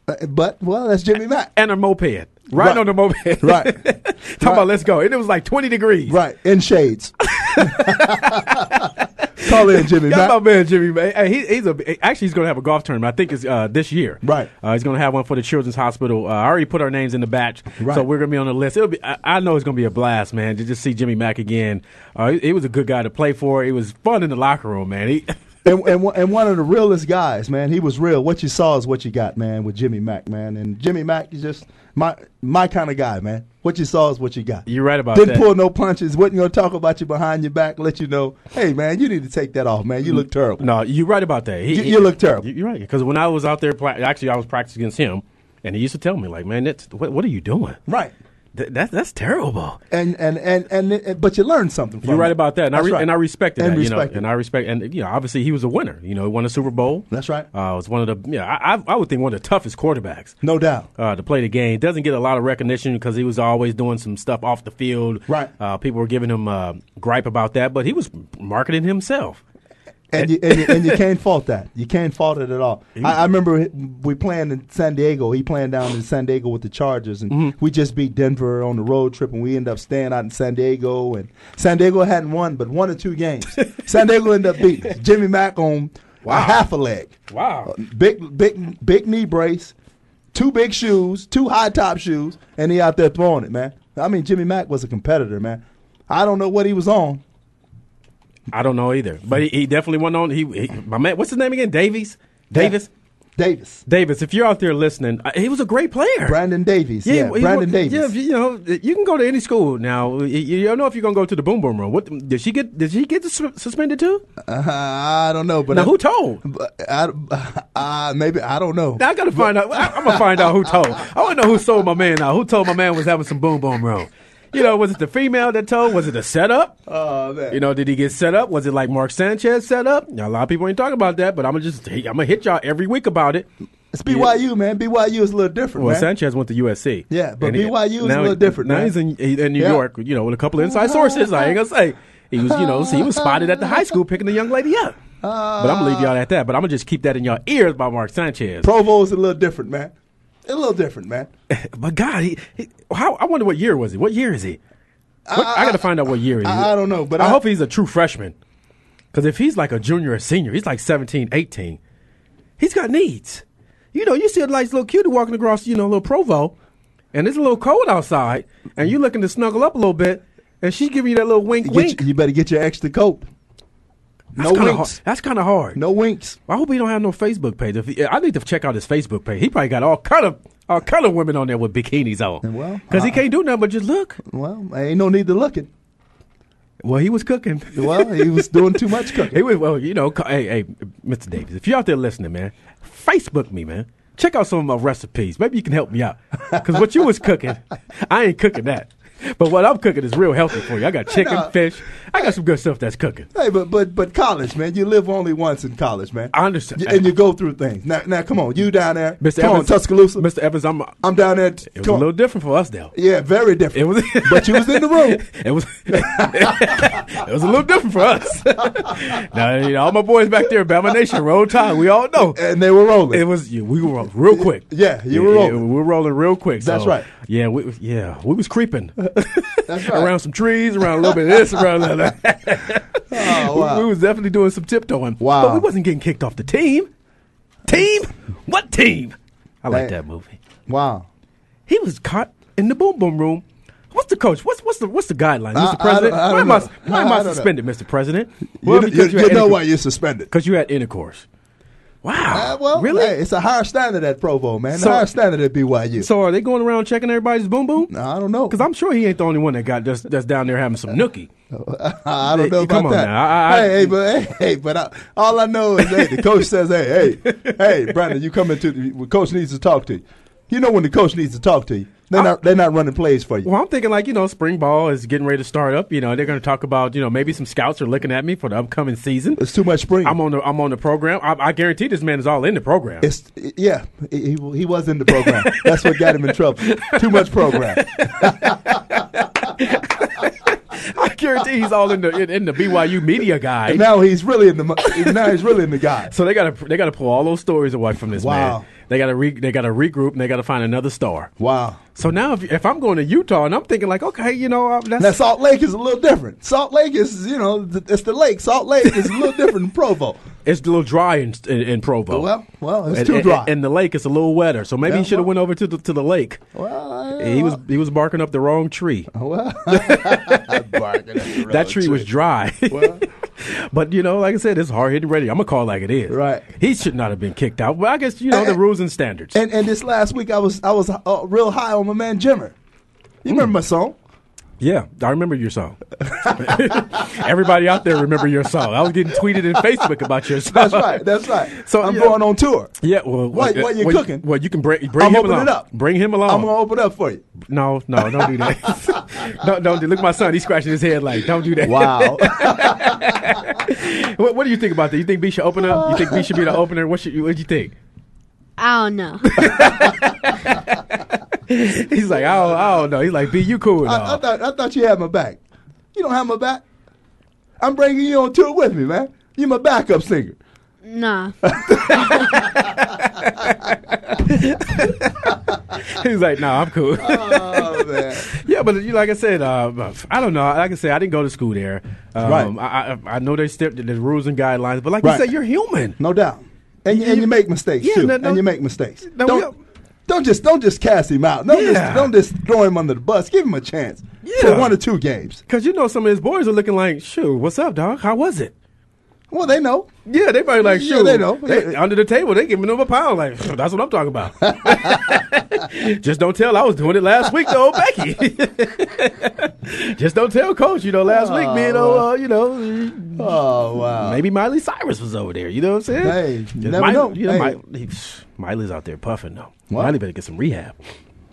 Uh, But well, that's Jimmy Mack. and a moped. Right, Right. on the moped. Right. Talking Right. about let's go. And it was like 20 degrees. Right in shades. Call in Jimmy Got my Mack. man Jimmy. Man. Hey, he, he's a actually he's going to have a golf tournament. I think it's uh, this year. Right. Uh, he's going to have one for the Children's Hospital. Uh, I already put our names in the batch, Right. so we're going to be on the list. It'll be. I, I know it's going to be a blast, man. To just see Jimmy Mack again. Uh, he, he was a good guy to play for. It was fun in the locker room, man. He, And, and one- and one of the realest guys, man. He was real. What you saw is what you got, man. With Jimmy Mack, man. And Jimmy Mack is just my my kind of guy, man. What you saw is what you got. You're right about Didn't that. pull no punches. wasn't gonna talk about you behind your back. Let you know, hey, man, you need to take that off, man. You look terrible. no, you're right about that. He, You- he- you look terrible. You, are right because when I was out there, pla- actually I was practicing against him, and he used to tell me like, man, that's, what, what are you doing? Right. Th- that, that's terrible. And and and and, and- but you learn something. from You're right it. about that, and I That's re- right. and I respected and that. Respect you know, and I respect, and you know, obviously he was a winner. You know, he won a Super Bowl. That's right. Uh, was one of the yeah, I, I I would think one of the toughest quarterbacks no doubt. uh, to play the game. Doesn't get a lot of recognition because he was always doing some stuff off the field. Right. Uh, people were giving him uh, gripe about that, but he was marketing himself. and you, and, you, and you can't fault that. You can't fault it at all. I, I remember h- we playing in San Diego. He playing down in San Diego with the Chargers, and Mm-hmm. we just beat Denver on the road trip, and we ended up staying out in San Diego. And San Diego hadn't won but one or two games. San Diego ended up beating Jimmy Mack on a half a leg, Wow. big big big knee brace, two big shoes, two high top shoes, and he out there throwing it, man. I mean, Jimmy Mack was a competitor, man. I don't know what he was on. I don't know either, but he, he definitely went on. He, he my man, what's his name again? Davies, Davis, Davis. Davis. If you're out there listening, uh, he was a great player. Brandon Davies. Yeah, he- he Brandon wa- Davies. Yeah, you know, you can go to any school now. You, you don't know if you're gonna go to the boom boom room. What did she get? Did she get sus- suspended too? Uh, I don't know, but now I- who told? but I, uh, maybe I don't know. I gotta find out. I, am gonna find out who told. I want to know who sold my man out. Who told my man was having some boom boom room? You know, was it the female that told? Was it a setup? Oh man, You know, did he get set up? Was it like Mark Sanchez set up? Now, a lot of people ain't talking about that, but I'm gonna just I'm gonna hit y'all every week about it. it's BYU, man. BYU is a little different, Well, man. Sanchez went to USC. Yeah, but And he- BYU is a now- little different, Now man. he's in, he- in New Yeah. York, you know, with a couple of inside sources. I ain't gonna say he was, you know, so he was spotted at the high school picking the young lady up. but I'm gonna leave y'all at that. But I'm gonna just keep that in y'all ears by Mark Sanchez. Provo is a little different, man. A little different, man. But God, he, he how I wonder what year was he? What year is he? What- I, gotta find out what year he is. I- I don't know, but I, I- hope he's a true freshman. Because if he's like a junior or senior, he's like 17, 18. He's got needs. You know, you see a nice little cutie walking across, you know, a little Provo, and it's a little cold outside, and you looking to snuggle up a little bit, and she's giving you that little wink, You, wink. get, you better get your extra coat. No That's kinda winks. hard- That's kind of hard. No winks. I hope he don't have no Facebook page. If he, I need to check out his Facebook page. He probably got all kind of all kind of women on there with bikinis on. Well, uh, because he I- can't do nothing but just look. Well, ain't no need to look it. Well, he was cooking. Well, he was doing too much cooking. he was well, you know. co- Hey, hey, Mr. Davis, if you're out there listening, man, Facebook me, man. Check out some of my recipes. Maybe you can help me out. Because what you was cooking, I ain't cooking that. But what I'm cooking is real healthy for you. I got chicken, Nah. fish. I got some good stuff that's cooking. Hey, but but but college, man. You live only once in college, man. I understand. You- and you go through things. Now, now, come on, you down there, Mr. Come Evans, on, Tuscaloosa. Mr. Evans, I'm. I'm down there. It was come a on. little different for us though. yeah, very different. It was, but you was in the room. It was, it was a little different for us. now, you know, all my boys back there, Bama Nation, Roll Tide, we all know. and they were rolling. It was you. We were rolling real quick. Yeah, you were rolling. we were rolling real quick. so- That's right. Yeah, we yeah we was creeping That's right. around some trees, around a little bit of this, around a little of that. Oh, wow. We, we was definitely doing some tiptoeing. Wow. but we wasn't getting kicked off the team. Team? What team? I like That- that movie. wow. He was caught in the boom boom room. What's the coach? What's what's the what's the guideline, I- Mr. I President? don't- I why am don't I, know. why am I I, don't know. suspended, Mr. President? You, kn- you- you know why you're suspended. Because you had intercourse. Wow. Uh, well, really? hey, it's a higher standard at Provo, man. So- a higher standard at BYU. So are they going around checking everybody's boom boom? I don't know. Because I'm sure he ain't the only one that got that's, that's down there having Uh, some nookie. I don't know Hey, about come on that. now. I- I- hey, hey, but hey, hey, but I, all I know is hey, the coach says, hey, hey, hey, Brandon, you come into the coach needs to talk to you. You know when the coach needs to talk to you, they're I- not they're not running plays for you. Well, I'm thinking like you know, spring ball is getting ready to start up. You know, they're going to talk about you know maybe some scouts are looking at me for the upcoming season. It's too much spring. I'm on the I'm on the program. I, I guarantee this man is all in the program. It's yeah, he, he he was in the program. That's what got him in trouble. Too much program. I guarantee he's all in the in, in the BYU media guy. And now he's really in the mo- now he's really in the guy. So they got to they got to pull all those stories away from this man. Wow. They got to re, they got to regroup and they got to find another star. Wow. So now if, if I'm going to Utah and I'm thinking like, okay, you know, uh, that's, Now Salt Lake is a little different. Salt Lake is you know th- it's the lake. Salt Lake is a little different than Provo. it's a little dry in, in, in Provo. Well, well, it's And- too and- dry. And the lake is a little wetter, so maybe Yeah, he should have well- went over to the to the lake. well, He was he was barking up the wrong tree. well. that tree was dry. but you know, like I said, it's hard hitting radio. I'm gonna call it like it is. Right. Eh, He should not have been kicked out. But I guess you know the rules and standards. And and this last week I was I was uh, real high on my man Jimmer. You Hmm. remember my song? Yeah, I remember your song. Everybody out there remember your song. I was getting tweeted in Facebook about your song. That's right. That's right. So So, I'm yeah. going on tour. Yeah, well, What- well, what you well, cooking? Well, you can bring bring I'm him opening along. it up. Bring him I'm along. gonna open up for you. no, no, don't do that. no, don't do. Look, my son, he's scratching his head like, don't do that. Wow. what, what do you think about that? You think B should open up? You think B should be the opener? What should you? What do you think? I don't know. He's like, I don't, I don't know. He's like, B, you cool and all. I, I thought I thought you had my back. You don't have my back. I'm bringing you on tour with me, man. You my backup singer. nah. He's like, no, I'm cool. Oh man. yeah, but you like I said, uh, I don't know. Like I said, I didn't go to school there. Um, Right. I, I, I know they stepped the rules and guidelines, but like you Right. said, you're human. No doubt. And you, and you make mistakes Yeah, too. no, no. and you make mistakes. No, we don't all- Don't just don't just cast him out. Don't Yeah. just don't just throw him under the bus. Give him a chance Yeah. for one or two games. Because you know some of his boys are looking like, shoot, what's up, dog? How was it? Well, they know. Yeah, they probably like, Yeah, shoot, they know. They, under the table, they giving them a pound. Like, that's what I'm talking about. Just don't tell. I was doing it last week, though, Becky. Just don't tell, Coach. You know, last week, me and uh, you know, Oh wow. maybe Miley Cyrus was over there. You know what I'm saying? Hey, Just you never Miley- know. You know, Hey. Miley- Miley's out there puffing though. What? Miley better get some rehab.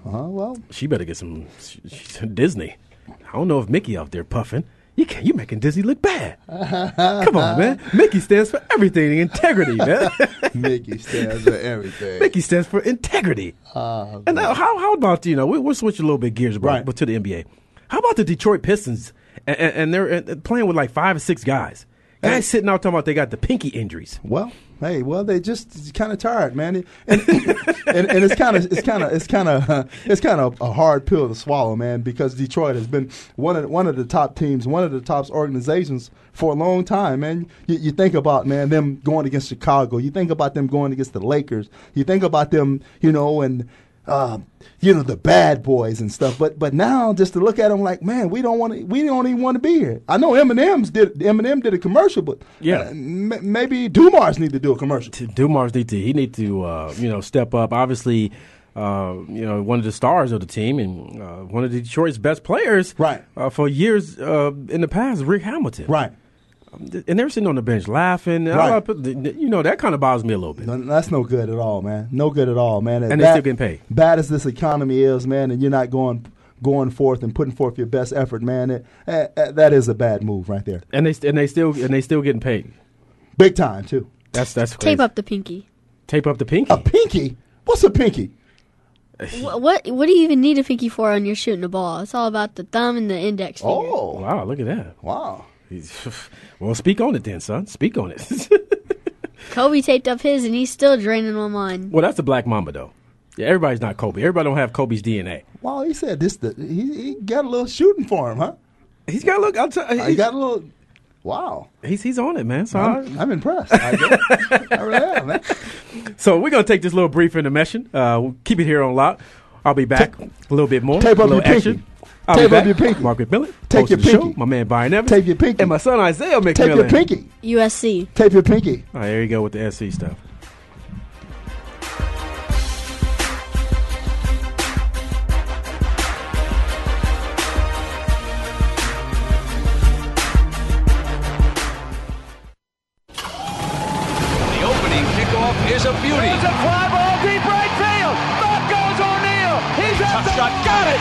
Uh, well, She better get some she, she- Disney. I don't know if Mickey out there puffing. You can't. You making Disney look bad. Come on, man. Mickey stands for everything. Integrity, man. Mickey stands for everything. Mickey stands for integrity. and now, how how about you know we, we'll switch a little bit gears, bro, Oh, Right. but to the NBA. How about the Detroit Pistons and, and, and they're uh, playing with like five or six guys. Guys sitting out talking about they got the pinky injuries. Well, hey, well, they just kind of tired, man, and, and, and it's kind of it's kind of it's kind of it's kind of a hard pill to swallow, man, because Detroit has been one of one of the top teams, one of the top organizations for a long time, man. You, you think about man them going against Chicago, you think about them going against the Lakers, you think about them, you know, and. Um, you know the bad boys and stuff, but but now just to look at them like, man, we don't want to, we don't even want to be here. I know Eminem's did Eminem did a commercial, but uh, Yeah. M- maybe Dumars need to do a commercial. Dumars need to he need to uh, you know step up. Obviously, uh, you know one of the stars of the team and uh, one of Detroit's best players, Right. Uh, for years uh, in the past, Rick Hamilton, Right. And they're sitting on the bench laughing. And uh, Right. all that, you know that kind of bothers me a little bit. No, that's no good at all, man. No good at all, man. As And they're still getting paid. Bad as this economy is, man, and you're not going going forth and putting forth your best effort, man. It, eh, eh, that is a bad move right there. And they and they still and they still getting paid. Big time, too. That's that's crazy. Tape up the pinky. tape up the pinky. A pinky? What's a pinky? Wh- what What do you even need a pinky for when you're shooting a ball? It's all about the thumb and the index finger. Oh, Wow, look at that. wow. He's- well, speak on it then, son. Speak on it. Kobe taped up his, and he's still draining on mine. well, that's the black mamba though. Yeah, everybody's not Kobe. Everybody don't have Kobe's DNA. Wow, he said this. The, he, he got a little shooting for him, huh? He's got look. I'll tell. I got a little. Wow. he's he's on it, man. So I- I'm, I'm impressed. I, guess. I really am, man. So we're gonna take this little brief intermission. Uh, we'll keep it here on lock. I'll be back a little bit more. Tape a up little your pinky. action. I'll Tape be up back. your pinky. Margaret Miller. Take host your of the pinky. Show, my man Brian Evans. Tape your pinky. And my son Isaiah McMillan. Tape your pinky. USC. Tape your pinky. All right, there you go with the SC stuff. The opening kickoff is a beauty. It's a fly ball deep right field. Back goes O'Neal. He's Tough shot. Got it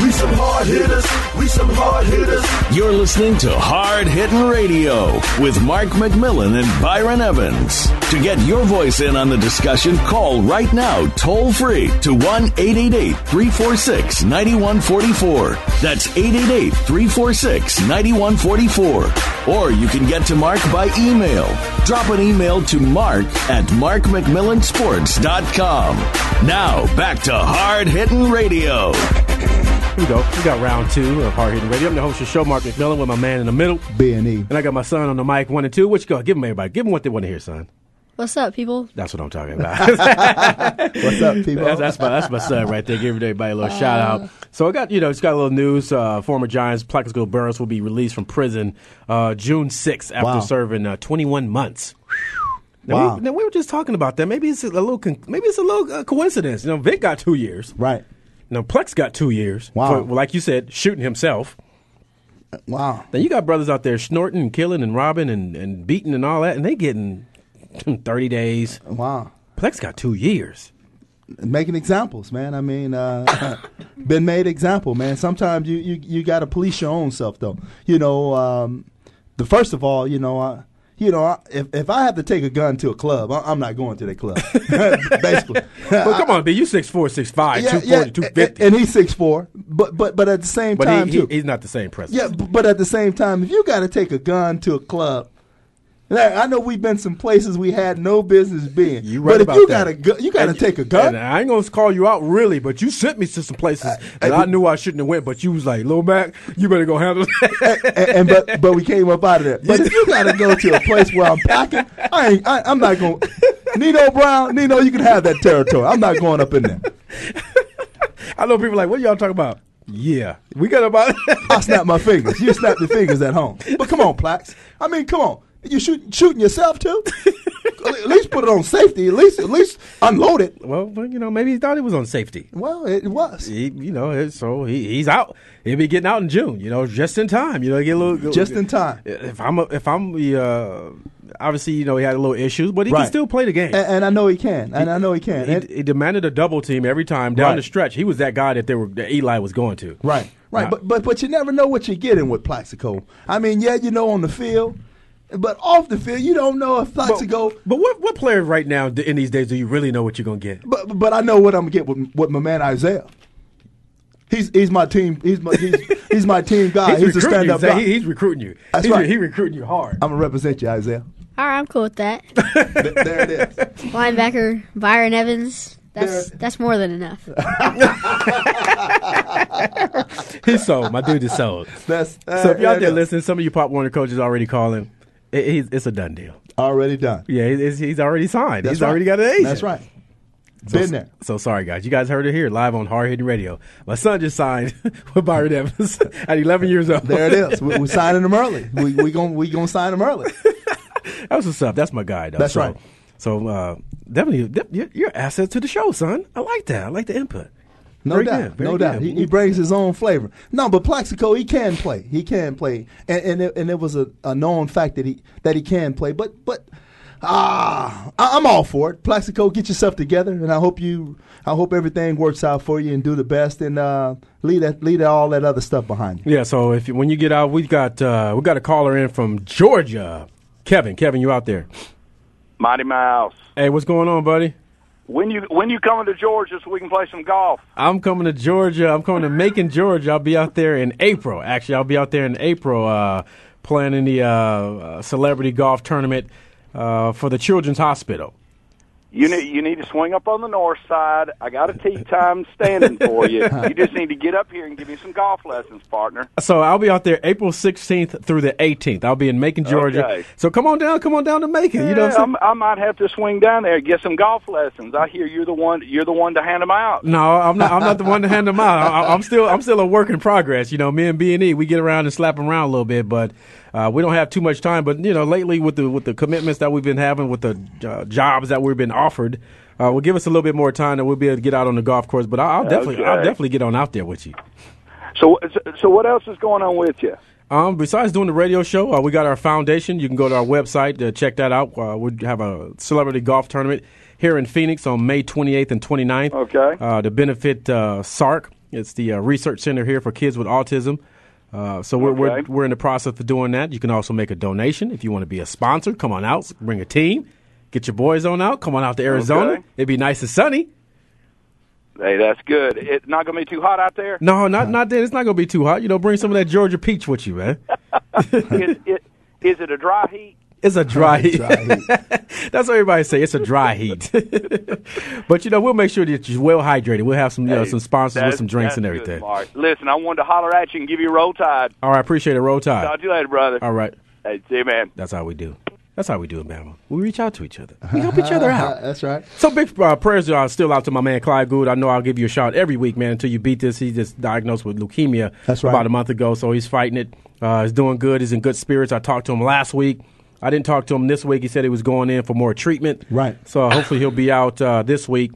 We We some hard hitters. We some hard hitters. You're listening to Hard Hitting Radio with Mark McMillan and Byron Evans. To get your voice in on the discussion, call right now toll free to 1 888 346 9144. That's 888 346 9144. Or you can get to Mark by email. Drop an email to mark at markmcmillansports.com. Now, back to Hard Hitting Radio. Here we go. We got round two of Hard Hitting Radio. I'm the host of the show, Mark McMillan, with my man in the middle, B and E, and I got my son on the mic, one and two. What you got? Give them everybody. Give them what they want to hear, son. What's up, people? That's what I'm talking about. What's up, people? That's, that's my that's my son right there. Giving everybody a little shout out. So I got you know it's got a little news. Uh, former Giants Plaxico Burress will be released from prison uh, June 6th after Wow. serving uh, 21 months. Now, Wow. we, now we were just talking about that. Maybe it's a little con- maybe it's a little uh, coincidence. You know, Vic got two years. Right. Now Plex got two years. Wow. for, like you said, shooting himself. Uh, Wow. Then you got brothers out there snorting and killing and robbing and, and beating and all that, and they getting 30 days. Wow. Plex got two years. making examples, man. I mean, uh, been made example, man. Sometimes you you, you got to police your own self, though. You know, um, the first of all, you know, I, you know, I, if if I have to take a gun to a club, I, I'm not going to that club. Uh, well, come on, B. You 6'4", 6'5", 240, and, 250. and he's six four, but but but at the same But time he, he, too. he's not the same president. yeah, b- but at the same time, if you got to take a gun to a club. like, I know we've been some places we had no business being. You right but if about you that. got a gun, you got to And- take a gun. and uh, I ain't gonna call you out really, but you sent me to some places that I knew I shouldn't have went. But you was like, "Lil Mac, you better go handle that." and, and- but but we came up out of there. But if you gotta go to a place where I'm packing, I ain't, I, I'm not going. Nino Brown, Nino, you can have that territory. I'm not going up in there. I know people like, "What y'all talking about?" Yeah, we got about. I snap my fingers. You snap your fingers at home. But come on, Plax. I mean, come on. You shoot, shooting yourself too? at least put it on safety. At least at least unload it. well, but, you know, maybe he thought it was on safety. Well, it was. He, you know, it- so he, he's out. He'll be getting out in June. You know, just in time. You know, get a little Just in time. If I'm, a, if I'm, uh, obviously, you know, he had a little issues, but he can Right. still play the game. And, and I know he can. And I know he can. And- He, he demanded a double team every time down Right. the stretch. He was that guy that they were that Eli was going to. Right, right. Now- But but but you never know what you're getting with Plaxico. I mean, yeah, you know on the field, but off the field, you don't know if Plaxico. But, but what what player right now d- in these days do you really know what you're gonna get? But but I know what I'm gonna get with, with my man Isaiah. He's he's my team. He's my he's, he's my team guy. he's, a recruiting stand you. up Zay. guy. He- he's recruiting you. That's he's, right. He recruiting you hard. I'm gonna represent you, Isaiah. All right, I'm cool with that. there it is. Linebacker Byron Evans. That's that's more than enough. He's sold. My dude is sold. That's so if y'all uh, out there listening, some of you Pop Warner coaches already calling. It, he's- it's a done deal. already done. Yeah, he's, he's already signed. That's he's right. already got an agent. That's right. So, Been there. So sorry, guys. You guys heard it here live on Hard Hitting Radio. My son just signed with Byron Evans at 11 years old. There it is. We, we're signing him early. We we gonna we gonna sign him early. That's what's up. That's my guy, though. That's so, right. So uh, definitely, de- you're- you're an asset to the show, son. I like that. I like the input. No Very doubt, good. Very no good. doubt. He, he brings his own flavor. No, but Plaxico, he can play. He can play, and and it, and it was a, a known fact that he that he can play. But but ah, I, I'm all for it. Plaxico, get yourself together, and I hope you, I hope everything works out for you, and do the best, and uh, leave that leave all that other stuff behind you. Yeah. So if you- when you get out, we got uh, we got a caller in from Georgia, Kevin. Kevin, you out there? Mighty Mouse. Hey, what's going on, buddy? When you when you coming to Georgia so we can play some golf? I'm coming to Georgia. I'm coming to Macon, Georgia. I'll be out there in April. Actually, I'll be out there in April uh, playing in the uh, uh, celebrity golf tournament uh, for the Children's Hospital. You need you need to swing up on the north side. I got a tee time standing for you. You just need to get up here and give me some golf lessons, partner. So I'll be out there April 16th through the 18th. I'll be in Macon, Georgia. Okay. So come on down, come on down to Macon. you know what Yeah, I'm I'm- saying? I might have to swing down there and get some golf lessons. I hear you're the one you're the one to hand them out. No, I'm not. I'm not the one to hand them out. I, I'm still. I'm still a work in progress. You know, me and B and E, we get around and slap 'em around a little bit, but uh, we don't have too much time. But you know, lately with the with the commitments that we've been having, with the uh, jobs that we've been offered, uh, will give us a little bit more time, and we'll be able to get out on the golf course. But I'll, I'll definitely, I'll Okay. definitely get on out there with you. So so what else is going on with you? Um, besides doing the radio show, uh, we got our foundation. You can go to our website to check that out. Uh, we have a celebrity golf tournament here in Phoenix on May 28th and 29th. Okay. Uh, to benefit uh, SARC, It's the uh, research center here for kids with autism. Uh, so we're, we're Okay. we're in the process of doing that. You can also make a donation if you want to be a sponsor. Come on out, bring a team, get your boys on out. Come on out to Arizona. Okay. It'd be nice and sunny. Hey, that's good. It's not going to be too hot out there. No, not not that. It's not gonna be too hot. You know, bring some of that Georgia peach with you, man. is, it, is it a dry heat? It's a dry heat. That's what everybody say. It's a dry heat. but you know, we'll make sure that you're well hydrated. We'll have some you know, Hey, some sponsors with that's- some that's drinks and good, everything. Mark. Listen, I wanted to holler at you and give you roll tide. All right, appreciate it. Roll Tide. Talk to you later, brother. All right. Hey, see you, man. That's how we do. That's how we do it, man. We reach out to each other. We help each other out. That's right. So big uh, prayers are still out to my man Clyde Good. I know I'll give you a shout every week, man, until you beat this. He just diagnosed with leukemia That's right. about a month ago, so he's fighting it. Uh, he's doing good. He's in good spirits. I talked to him last week. I didn't talk to him this week. He said he was going in for more treatment. Right. So hopefully he'll be out uh, this week.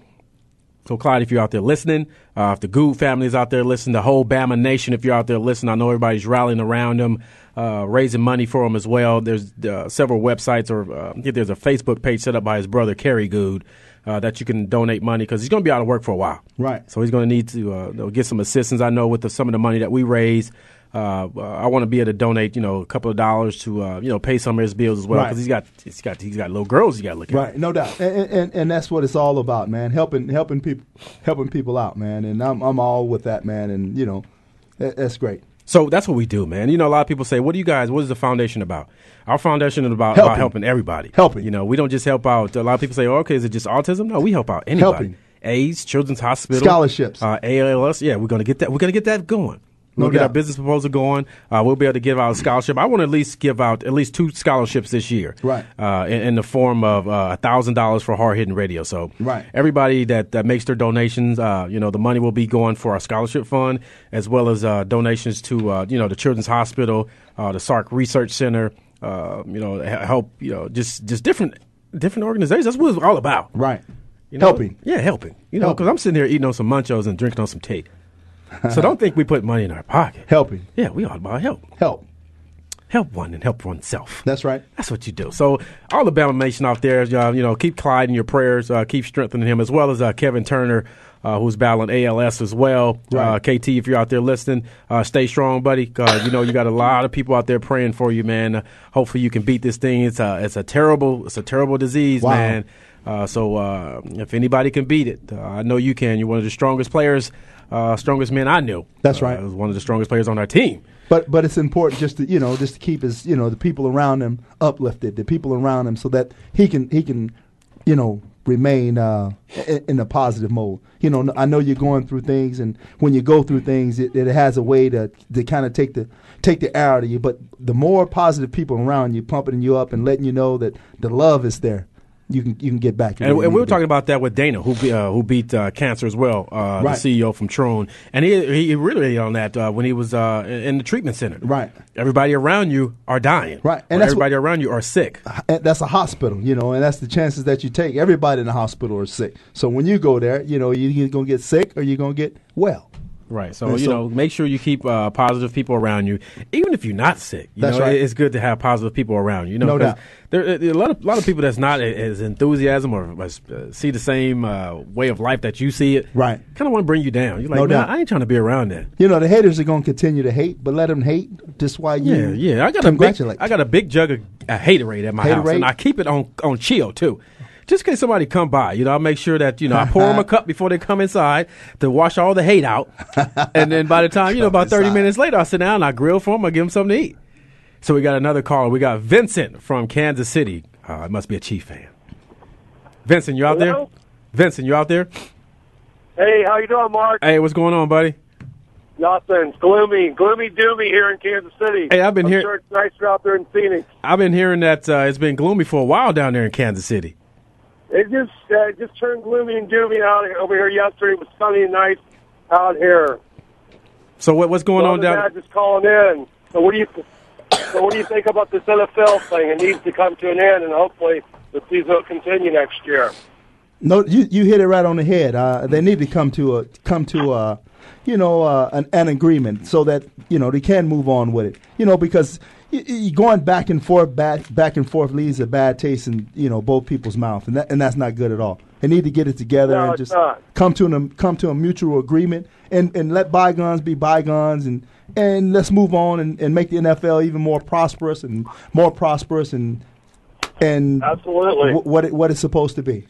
So, Clyde, if you're out there listening, uh, if the Good family is out there listening, the whole Bama Nation, if you're out there listening, I know everybody's rallying around them, uh, raising money for him as well. There's uh, several websites, or uh, I think there's a Facebook page set up by his brother, Kerry Good, uh, that you can donate money because he's going to be out of work for a while. Right. So he's going to need to uh, you know, get some assistance. I know with the, some of the money that we raise, uh, uh, I want to be able to donate, you know, a couple of dollars to, uh, you know, pay some of his bills as well Right. because he's got he's got he's got little girls he got to look at. Right, no doubt, and, and- and and that's what it's all about, man. Helping helping people helping people out, man. And I'm I'm all with that, man. And you know, that, that's great. So that's what we do, man. You know, a lot of people say, "What do you guys? What is the foundation about?" Our foundation is about helping, Helping. about helping everybody. Helping. You know, we don't just help out. A lot of people say, oh, "Okay, is it just autism?" No, we help out anybody. Helping. AIDS, Children's Hospital, Scholarships. uh, ALS. Yeah, we're gonna get that. We're gonna get that going. No we'll get our doubt. business proposal going. Uh, we'll be able to give out a scholarship. I want to at least give out at least two scholarships this year, Right. Uh, in, in the form of uh, a thousand dollars for Hard Hitting Radio. So, Right. everybody that, that makes their donations, uh, you know, the money will be going for our scholarship fund as well as uh, donations to, uh, you know, the Children's Hospital, uh, the Sark Research Center, uh, you know, he- help, you know, just just different different organizations. That's what it's all about. Right, You know? Helping. Yeah, helping. You know, because I'm sitting here eating on some munchos and drinking on some tea. so don't think we put money in our pocket. helping, Yeah, we all about help. help. Help one and help oneself. That's right. That's what you do. So all the Bama Nation out there, uh, you know, keep Clyde in your prayers, uh, keep strengthening him, as well as uh, Kevin Turner, uh, who's battling ALS as well. Uh, Right. KT, if you're out there listening, uh, stay strong, buddy. Uh, you know, you got a lot of people out there praying for you, man. Uh, hopefully, you can beat this thing. It's a it's a terrible it's a terrible disease, Wow. man. Uh, so uh, if anybody can beat it, uh, I know you can. You're one of the strongest players, uh, strongest men I knew. That's right. Uh, was one of the strongest players on our team. But but it's important just to you know just to keep his you know the people around him uplifted, the people around him, so that he can he can you know remain uh, in, in a positive mode. You know, I know you're going through things, and when you go through things, it, it has a way to to kind of take the take the air out of you. But the more positive people around you, pumping you up and letting you know that the love is there, you can you can get back. to And, where you and we need were to be. talking about that with Dana, who be- uh, who beat uh, cancer as well, uh, Right. the CEO from Tron, and he he really on that uh, when he was uh, in the treatment center. Right. everybody around you are dying. Right. and And that's what- everybody around you are sick. and that's a hospital, you know, and that's the chances that you take. Everybody in the hospital are sick. So when you go there, you know, you either going to get sick or you're going to get well. Right, so And you so- know, make sure you keep uh, positive people around you, even if you're not sick. You That's know, right. it's good to have positive people around you. you know, No 'cause doubt. There, uh, there are a lot of lot of people that's not a- as enthusiasm or as, uh, see the same uh, way of life that you see it. Right. kind of want to bring you down. You're like, No "Man, doubt. I ain't trying to be around that. You know, the haters are going to continue to hate, but let them hate. Just why you Yeah, yeah. I got a big, congratulate. I got a big jug of uh, haterade at my house, Haterade? and I keep it on on chill too. Just in case somebody come by, you know, I make sure that you know I pour them a cup before they come inside to wash all the hate out, and then by the time you know about thirty minutes later, I sit down, and I grill for them, I give them something to eat. So we got another caller. We got Vincent from Kansas City. Uh, it must be a Chief fan. Vincent, you out Hello? there? Vincent, you out there? Hey, how you doing, Mark? Hey, what's going on, buddy? Nothing. Gloomy, gloomy, doomy here in Kansas City. Hey, I've been I'm here- Sure, it's nicer out there in Phoenix. I've been hearing that uh, it's been gloomy for a while down there in Kansas City. It just uh, it just turned gloomy and doomy out over here yesterday. It was sunny and nice out here. So what, what's going so on the down? guys just calling in. So what do you so what do you think about this NFL thing? It needs to come to an end, and hopefully the season will continue next year. No, you, you hit it right on the head. Uh, they need to come to a come to a, you know, uh, an, an agreement so that you know they can move on with it. You know, because y- y- going back and forth, back back and forth leaves a bad taste in you know both people's mouth, and that, and that's not good at all. They need to um, get it together No, and it's just not. come to an come to a mutual agreement and, and let bygones be bygones and, and let's move on and, and make the NFL even more prosperous and more prosperous and and Absolutely. wh- what it, what it's supposed to be.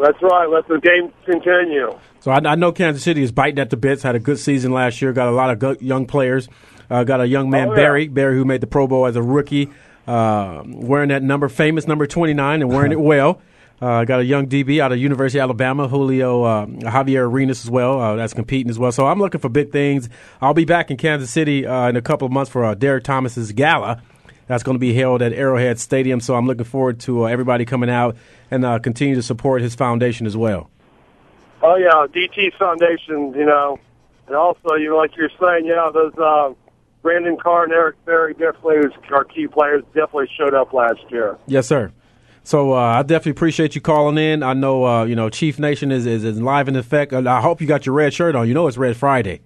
That's right. Let the game continue. So I, I know Kansas City is biting at the bits. Had a good season last year. Got a lot of good young players. Uh, got a young man Oh, yeah. Barry Barry who made the Pro Bowl as a rookie, uh, wearing that number famous number twenty nine and wearing it well. Uh, got a young DB out of University of Alabama, Julio uh, Javier Arenas as well. Uh, that's competing as well. So I'm looking for big things. I'll be back in Kansas City uh, in a couple of months for uh, Derek Thomas's gala. That's going to be held at Arrowhead Stadium. So I'm looking forward to uh, everybody coming out and uh, continue to support his foundation as well. Oh yeah, DT Foundation, you know, and also you know, like you're saying, yeah, those uh, Brandon Carr and Eric Berry definitely was, our key players definitely showed up last year. Yes, sir. So uh, I definitely appreciate you calling in. I know uh, you know Chief Nation is, is is live in effect. And I hope you got your red shirt on. You know it's Red Friday.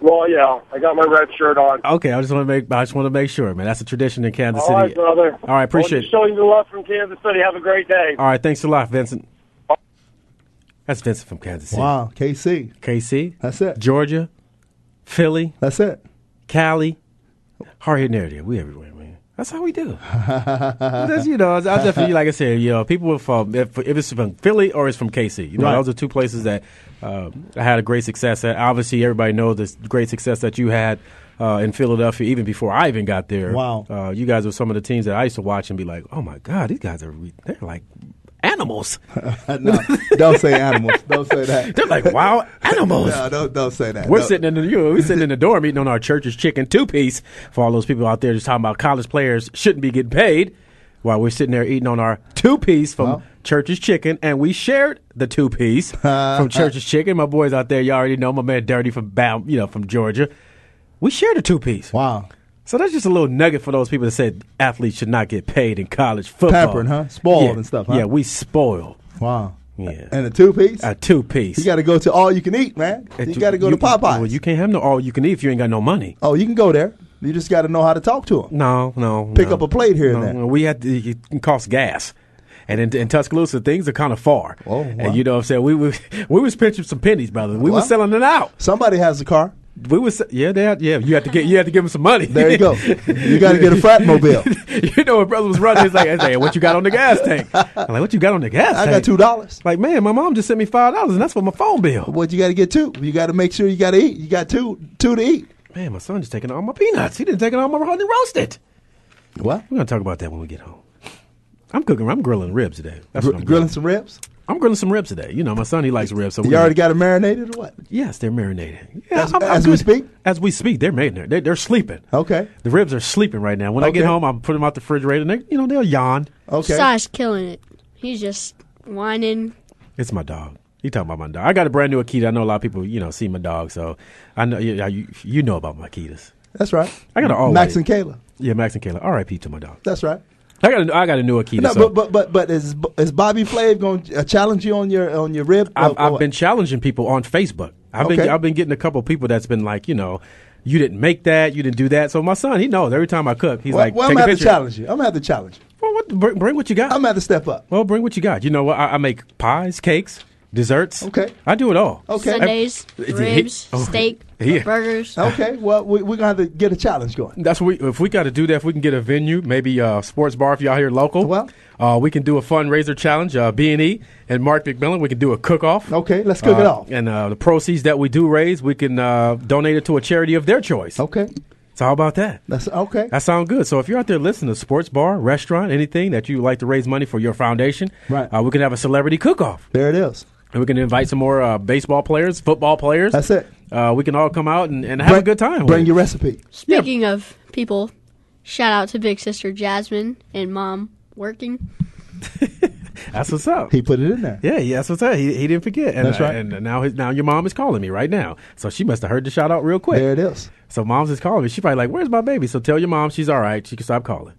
Well, yeah, I got my red shirt on. Okay, I just want to make I just want to make sure, man. That's a tradition in Kansas All right, City. brother. All right, appreciate it. Well, showing you the love from Kansas City. Have a great day. All right, thanks a lot, Vincent. That's Vincent from Kansas City. Wow, KC. KC. That's it. Georgia, Philly. That's it. Cali. Hard hitting area. We everywhere, man. That's how we do. That's, you know, I definitely like I said, you know, people from if, if it's from Philly or it's from KC, you know, Right. those are two places that uh, I had a great success at. Obviously, everybody knows this great success that you had uh, in Philadelphia even before I even got there. Wow. uh, you guys were some of the teams that I used to watch and be like, oh my god, these guys are re- they're like animals. no, don't say animals. Don't say that. They're like wild animals. No, don't, don't say that. We're Don't- sitting in the you know, we're sitting in the dorm eating on our church's chicken two piece for all those people out there just talking about college players shouldn't be getting paid while we're sitting there eating on our two piece from church's chicken and we shared the two piece from church's chicken. My boys out there, you all already know my man Dirty from Bam, you know from Georgia. We shared a two piece. Wow. So that's just a little nugget for those people that said athletes should not get paid in college football. Pampered, huh? Spoiled Yeah. and stuff, huh? Yeah, we spoiled. Wow. Yeah. And a two piece? A two piece. You got to go to all you can eat, man. You got to go to Popeye. Well, you can't have no all you can eat if you ain't got no money. Oh, you can go there. You just got to know how to talk to them. No, no. Pick no. up a plate here No, and there. no, We had to, it cost gas. And in, in Tuscaloosa, things are kind of far. Oh, And you know what I'm saying? We were, we was pinching some pennies, brother. We Well, were selling it out. Somebody has a car. We was yeah, they had, yeah. You had to get you had to give them some money. There you go. You got to get a frat mobile. you know, when brother was running, he's like, "Hey, what you got on the gas tank?" I'm like, "What you got on the gas I tank?" got two dollars. Like, man, my mom just sent me five dollars, and that's for my phone bill. What you got to get two? You got to make sure you got to eat. You got two two to eat. Man, my son just taking all my peanuts. He didn't take all my honey roasted. What? We're gonna talk about that when we get home. I'm cooking. I'm grilling ribs today. That's what I'm grilling some ribs. I'm grilling some ribs today. You know, my son he likes ribs. So You we're already got gonna- it marinated or what? Yes, they're marinating. as as we speak? As we speak, they're marinating. They're, they're sleeping. Okay. The ribs are sleeping right now. When I get Okay. home, I'm putting them out the refrigerator. And they, you know, they'll yawn. Sai's killing it. He's just whining. It's my dog. You talking about my dog? I got a brand new Akita. I know a lot of people, you know, see my dog, so I know you, you, you know about my Akitas. That's right. I got an all Max white. and Kayla. Yeah, Max and Kayla. R.I.P. to my dog. That's right. I got a, I got a new Akita. No, so but but but but is is Bobby Flave going to uh, challenge you on your on your rib? I've, or- or I've what? been challenging people on Facebook. I've been Okay. I've been getting a couple people that's been like, you know, you didn't make that, you didn't do that. So my son, he knows every time I cook, he's well, like, well, take I'm a gonna have to picture. challenge you. I'm gonna have to challenge. you. Well, what, bring, bring what you got. I'm gonna have to step up. Well, bring what you got. You know what? I, I make pies, cakes, desserts. Okay. I do it all. Sundays, Ev- ribs, Oh, steak, yeah. burgers. Okay, well, we, we're gonna have to get a challenge going. That's what we, if we got to do that, if we can get a venue, maybe a sports bar if y'all here local. Well, uh, we can do a fundraiser challenge, uh, B&E and Mark McMillan. We can do a cook off. Okay, let's cook it off. And uh, the proceeds that we do raise, we can uh, donate it to a charity of their choice. Okay. So, how about that? That's okay. That sounds good. So if you're out there listening to sports bar, restaurant, anything that you would like to raise money for your foundation, Right. uh, we can have a celebrity cook-off. There it is. And we can invite some more uh, baseball players, football players. That's it. Uh, we can all come out and, and have a good time. Bring your recipe. Speaking of people, shout out to big sister Jasmine and mom working. That's what's up. He put it in there. Yeah, yeah, that's what's up. He, he didn't forget. And, That's uh, right. and now his, now your mom is calling me right now. So she must have heard the shout out real quick. There it is. So mom's is calling me. She probably like, "Where's my baby?" So tell your mom she's all right. She can stop calling.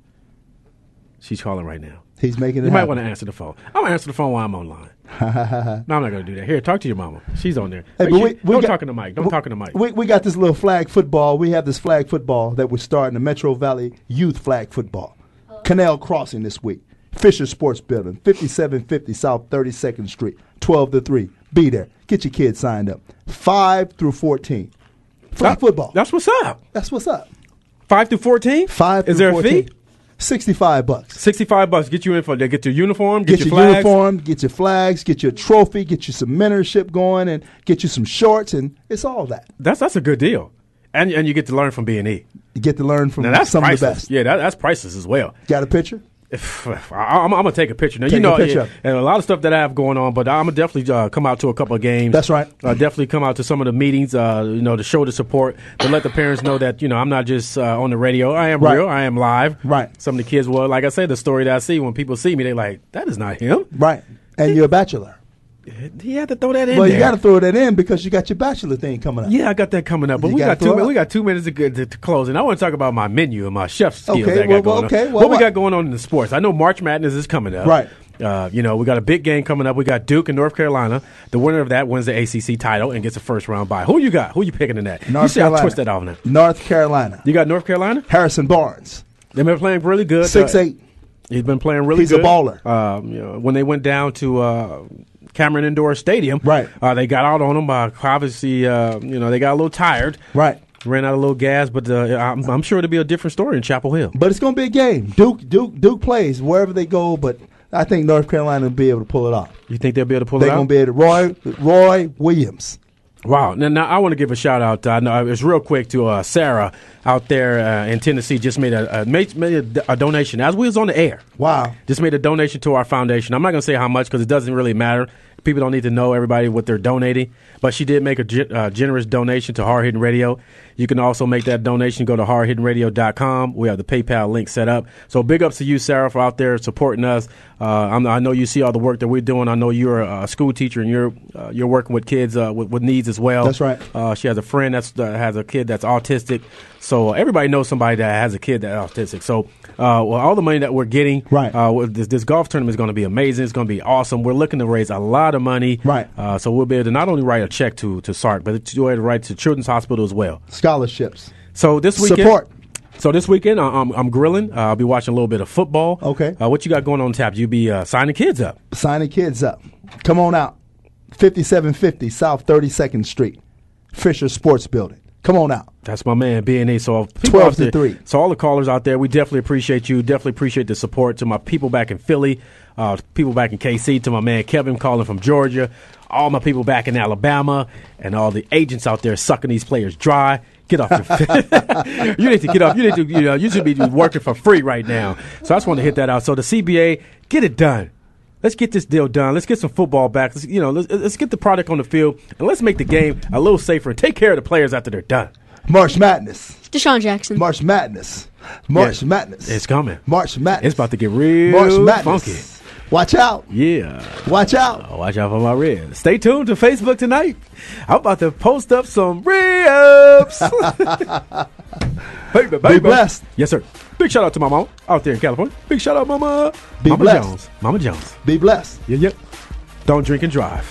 She's calling right now. He's making it. You might happen. want to answer the phone. I'm gonna answer the phone while I'm online. No, I'm not gonna do that. Here, talk to your mama. She's on there. Hey, Make but sure- we- we don't got- talk in the mic. Don't talk in the mic. We, we got this little flag football. We have this flag football that we're starting the Metro Valley Youth Flag Football. Canal Crossing this week. Fisher Sports Building, 5750 South 32nd Street, 12 to 3. Be there. Get your kids signed up. Five through fourteen. Free football. That's what's up. That's what's up. Five through fourteen. Five. Is there a fee? Sixty-five bucks. Sixty-five bucks. Get you in for they get your uniform. Get, Get, your, flags. uniform. Get your flags. Get your trophy. Get you some mentorship going, and get you some shorts, and it's all that. That's that's a good deal, and and you get to learn from B and E. You get to learn from Now that's some priceless. of the best. Yeah, that, that's priceless as well. Got a picture? If, if- I, am gonna take a picture. Now Take you a know, picture. yeah, and a lot of stuff that I have going on, but I'm gonna definitely uh, come out to a couple of games. That's right. Uh, definitely come out to some of the meetings. Uh, you know, to show the support, to let the parents know that you know I'm not just uh, on the radio. I am Right. real. I am live. Right. Some of the kids will, like I said, the story that I see when people see me, they like that is not him. Right. And you're a bachelor. He had to throw that in. Well, you there. got to throw that in because you got your bachelor thing coming up. Yeah, I got that coming up, but You we gotta got two. throw min- up. We got two minutes to, go- to, to close, and I want to talk about my menu and my chef skills. Okay, that I well, well, got going okay, on. well, what we what- got going on in the sports? I know March Madness is coming up, Right. Uh, you know, we got a big game coming up. We got Duke and North Carolina. The winner of that wins the ACC title and gets a first round bye. Who you got? Who you picking in that? you North see, I Carolina. twist that off now. North Carolina. You got North Carolina. Harrison Barnes. They've been playing really good. Six Uh, eight. He's been playing really He's a good. baller. Um, you know, when they went down to uh, Cameron Indoor Stadium, Right. uh, they got out on him. Uh, obviously, uh, you know, they got a little tired. Right. Ran out a little gas, but uh, I'm, I'm sure it'll be a different story in Chapel Hill. But it's going to be a game. Duke, Duke, Duke plays wherever they go, but I think North Carolina will be able to pull it off. You think they'll be able to pull They're it out? going to be able to. Roy, Roy Williams. Wow. Now, now I want to give a shout out. Uh, no, it's real quick to uh, Sarah out there uh, in Tennessee. Just made a, a made, made a, d- a donation as we was on the air. Wow. Just made a donation to our foundation. I'm not going to say how much because it doesn't really matter. People don't need to know everybody what they're donating. But she did make a ge- uh, generous donation to Hard Hidden Radio. You can also make that donation. Go to hardhiddenradio.com. We have the PayPal link set up. So big ups to you, Sarah, for out there supporting us. Uh, I'm, I know you see all the work that we're doing. I know you're a a school teacher and you're uh, you're working with kids uh, with, with needs as well. That's right. Uh, she has a friend that's that has a kid that's autistic. So uh, everybody knows somebody that has a kid that's autistic. So uh, well, all the money that we're getting, right? Uh, with this, this golf tournament is going to be amazing. It's going to be awesome. We're looking to raise a lot of money, right? Uh, so we'll be able to not only write a check to to Sark, but to be able to write to Children's Hospital as well. Scholarships. So this weekend, Support. So this weekend, I- I'm, I'm grilling. Uh, I'll be watching a little bit of football. Okay. Uh, what you got going on tap? You be uh, signing kids up. Signing kids up. Come on out. 5750 South 32nd Street, Fisher Sports Building. Come on out. That's my man, BNA. So people 12 out to there- three. So all the callers out there, we definitely appreciate you. Definitely appreciate the support to my people back in Philly, uh, to people back in KC, to my man Kevin calling from Georgia, all my people back in Alabama, and all the agents out there sucking these players dry. Get off your. you need to get off. You need to. You know. You should be working for free right now. So I just want to hit that out. So the CBA, get it done. Let's get this deal done. Let's get some football back. Let's, you know, let's, let's get the product on the field and let's make the game a little safer. Take care of the players after they're done. March Madness. Deshaun Jackson. March Madness. March Yeah. Madness. It's coming. March Madness. It's about to get real March Madness. funky. Watch out. Yeah. Watch out. Watch out for my ribs. Stay tuned to Facebook tonight. I'm about to post up some ribs. baby, baby. Be blessed. Yes, sir. Big shout out to my mama out there in California. Big shout out, mama. Be mama blessed. Jones. Mama Jones. Be blessed. Yeah, yeah. Don't drink and drive.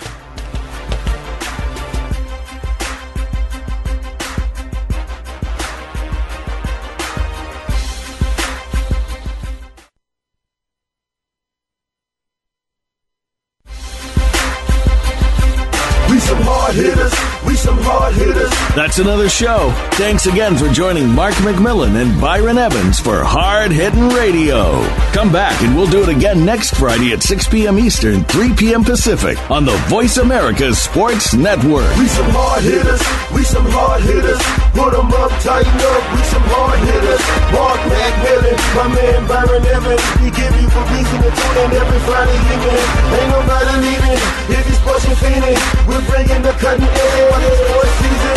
We some hard hitters. We some hard hitters. That's another show. Thanks again for joining Mark McMillan and Byron Evans for Hard Hitting Radio. Come back and we'll do it again next Friday at 6 p.m. Eastern, 3 p.m. Pacific on the Voice America Sports Network. We some hard hitters, we some hard hitters. Put 'em up, tighten up, we some hard hitters. Mark McMillan, my man Byron Evans. We give you a reason to tune in every Friday evening. Ain't nobody leaving if you're sporting fiending. We're bringing the cutting edge for this sports season.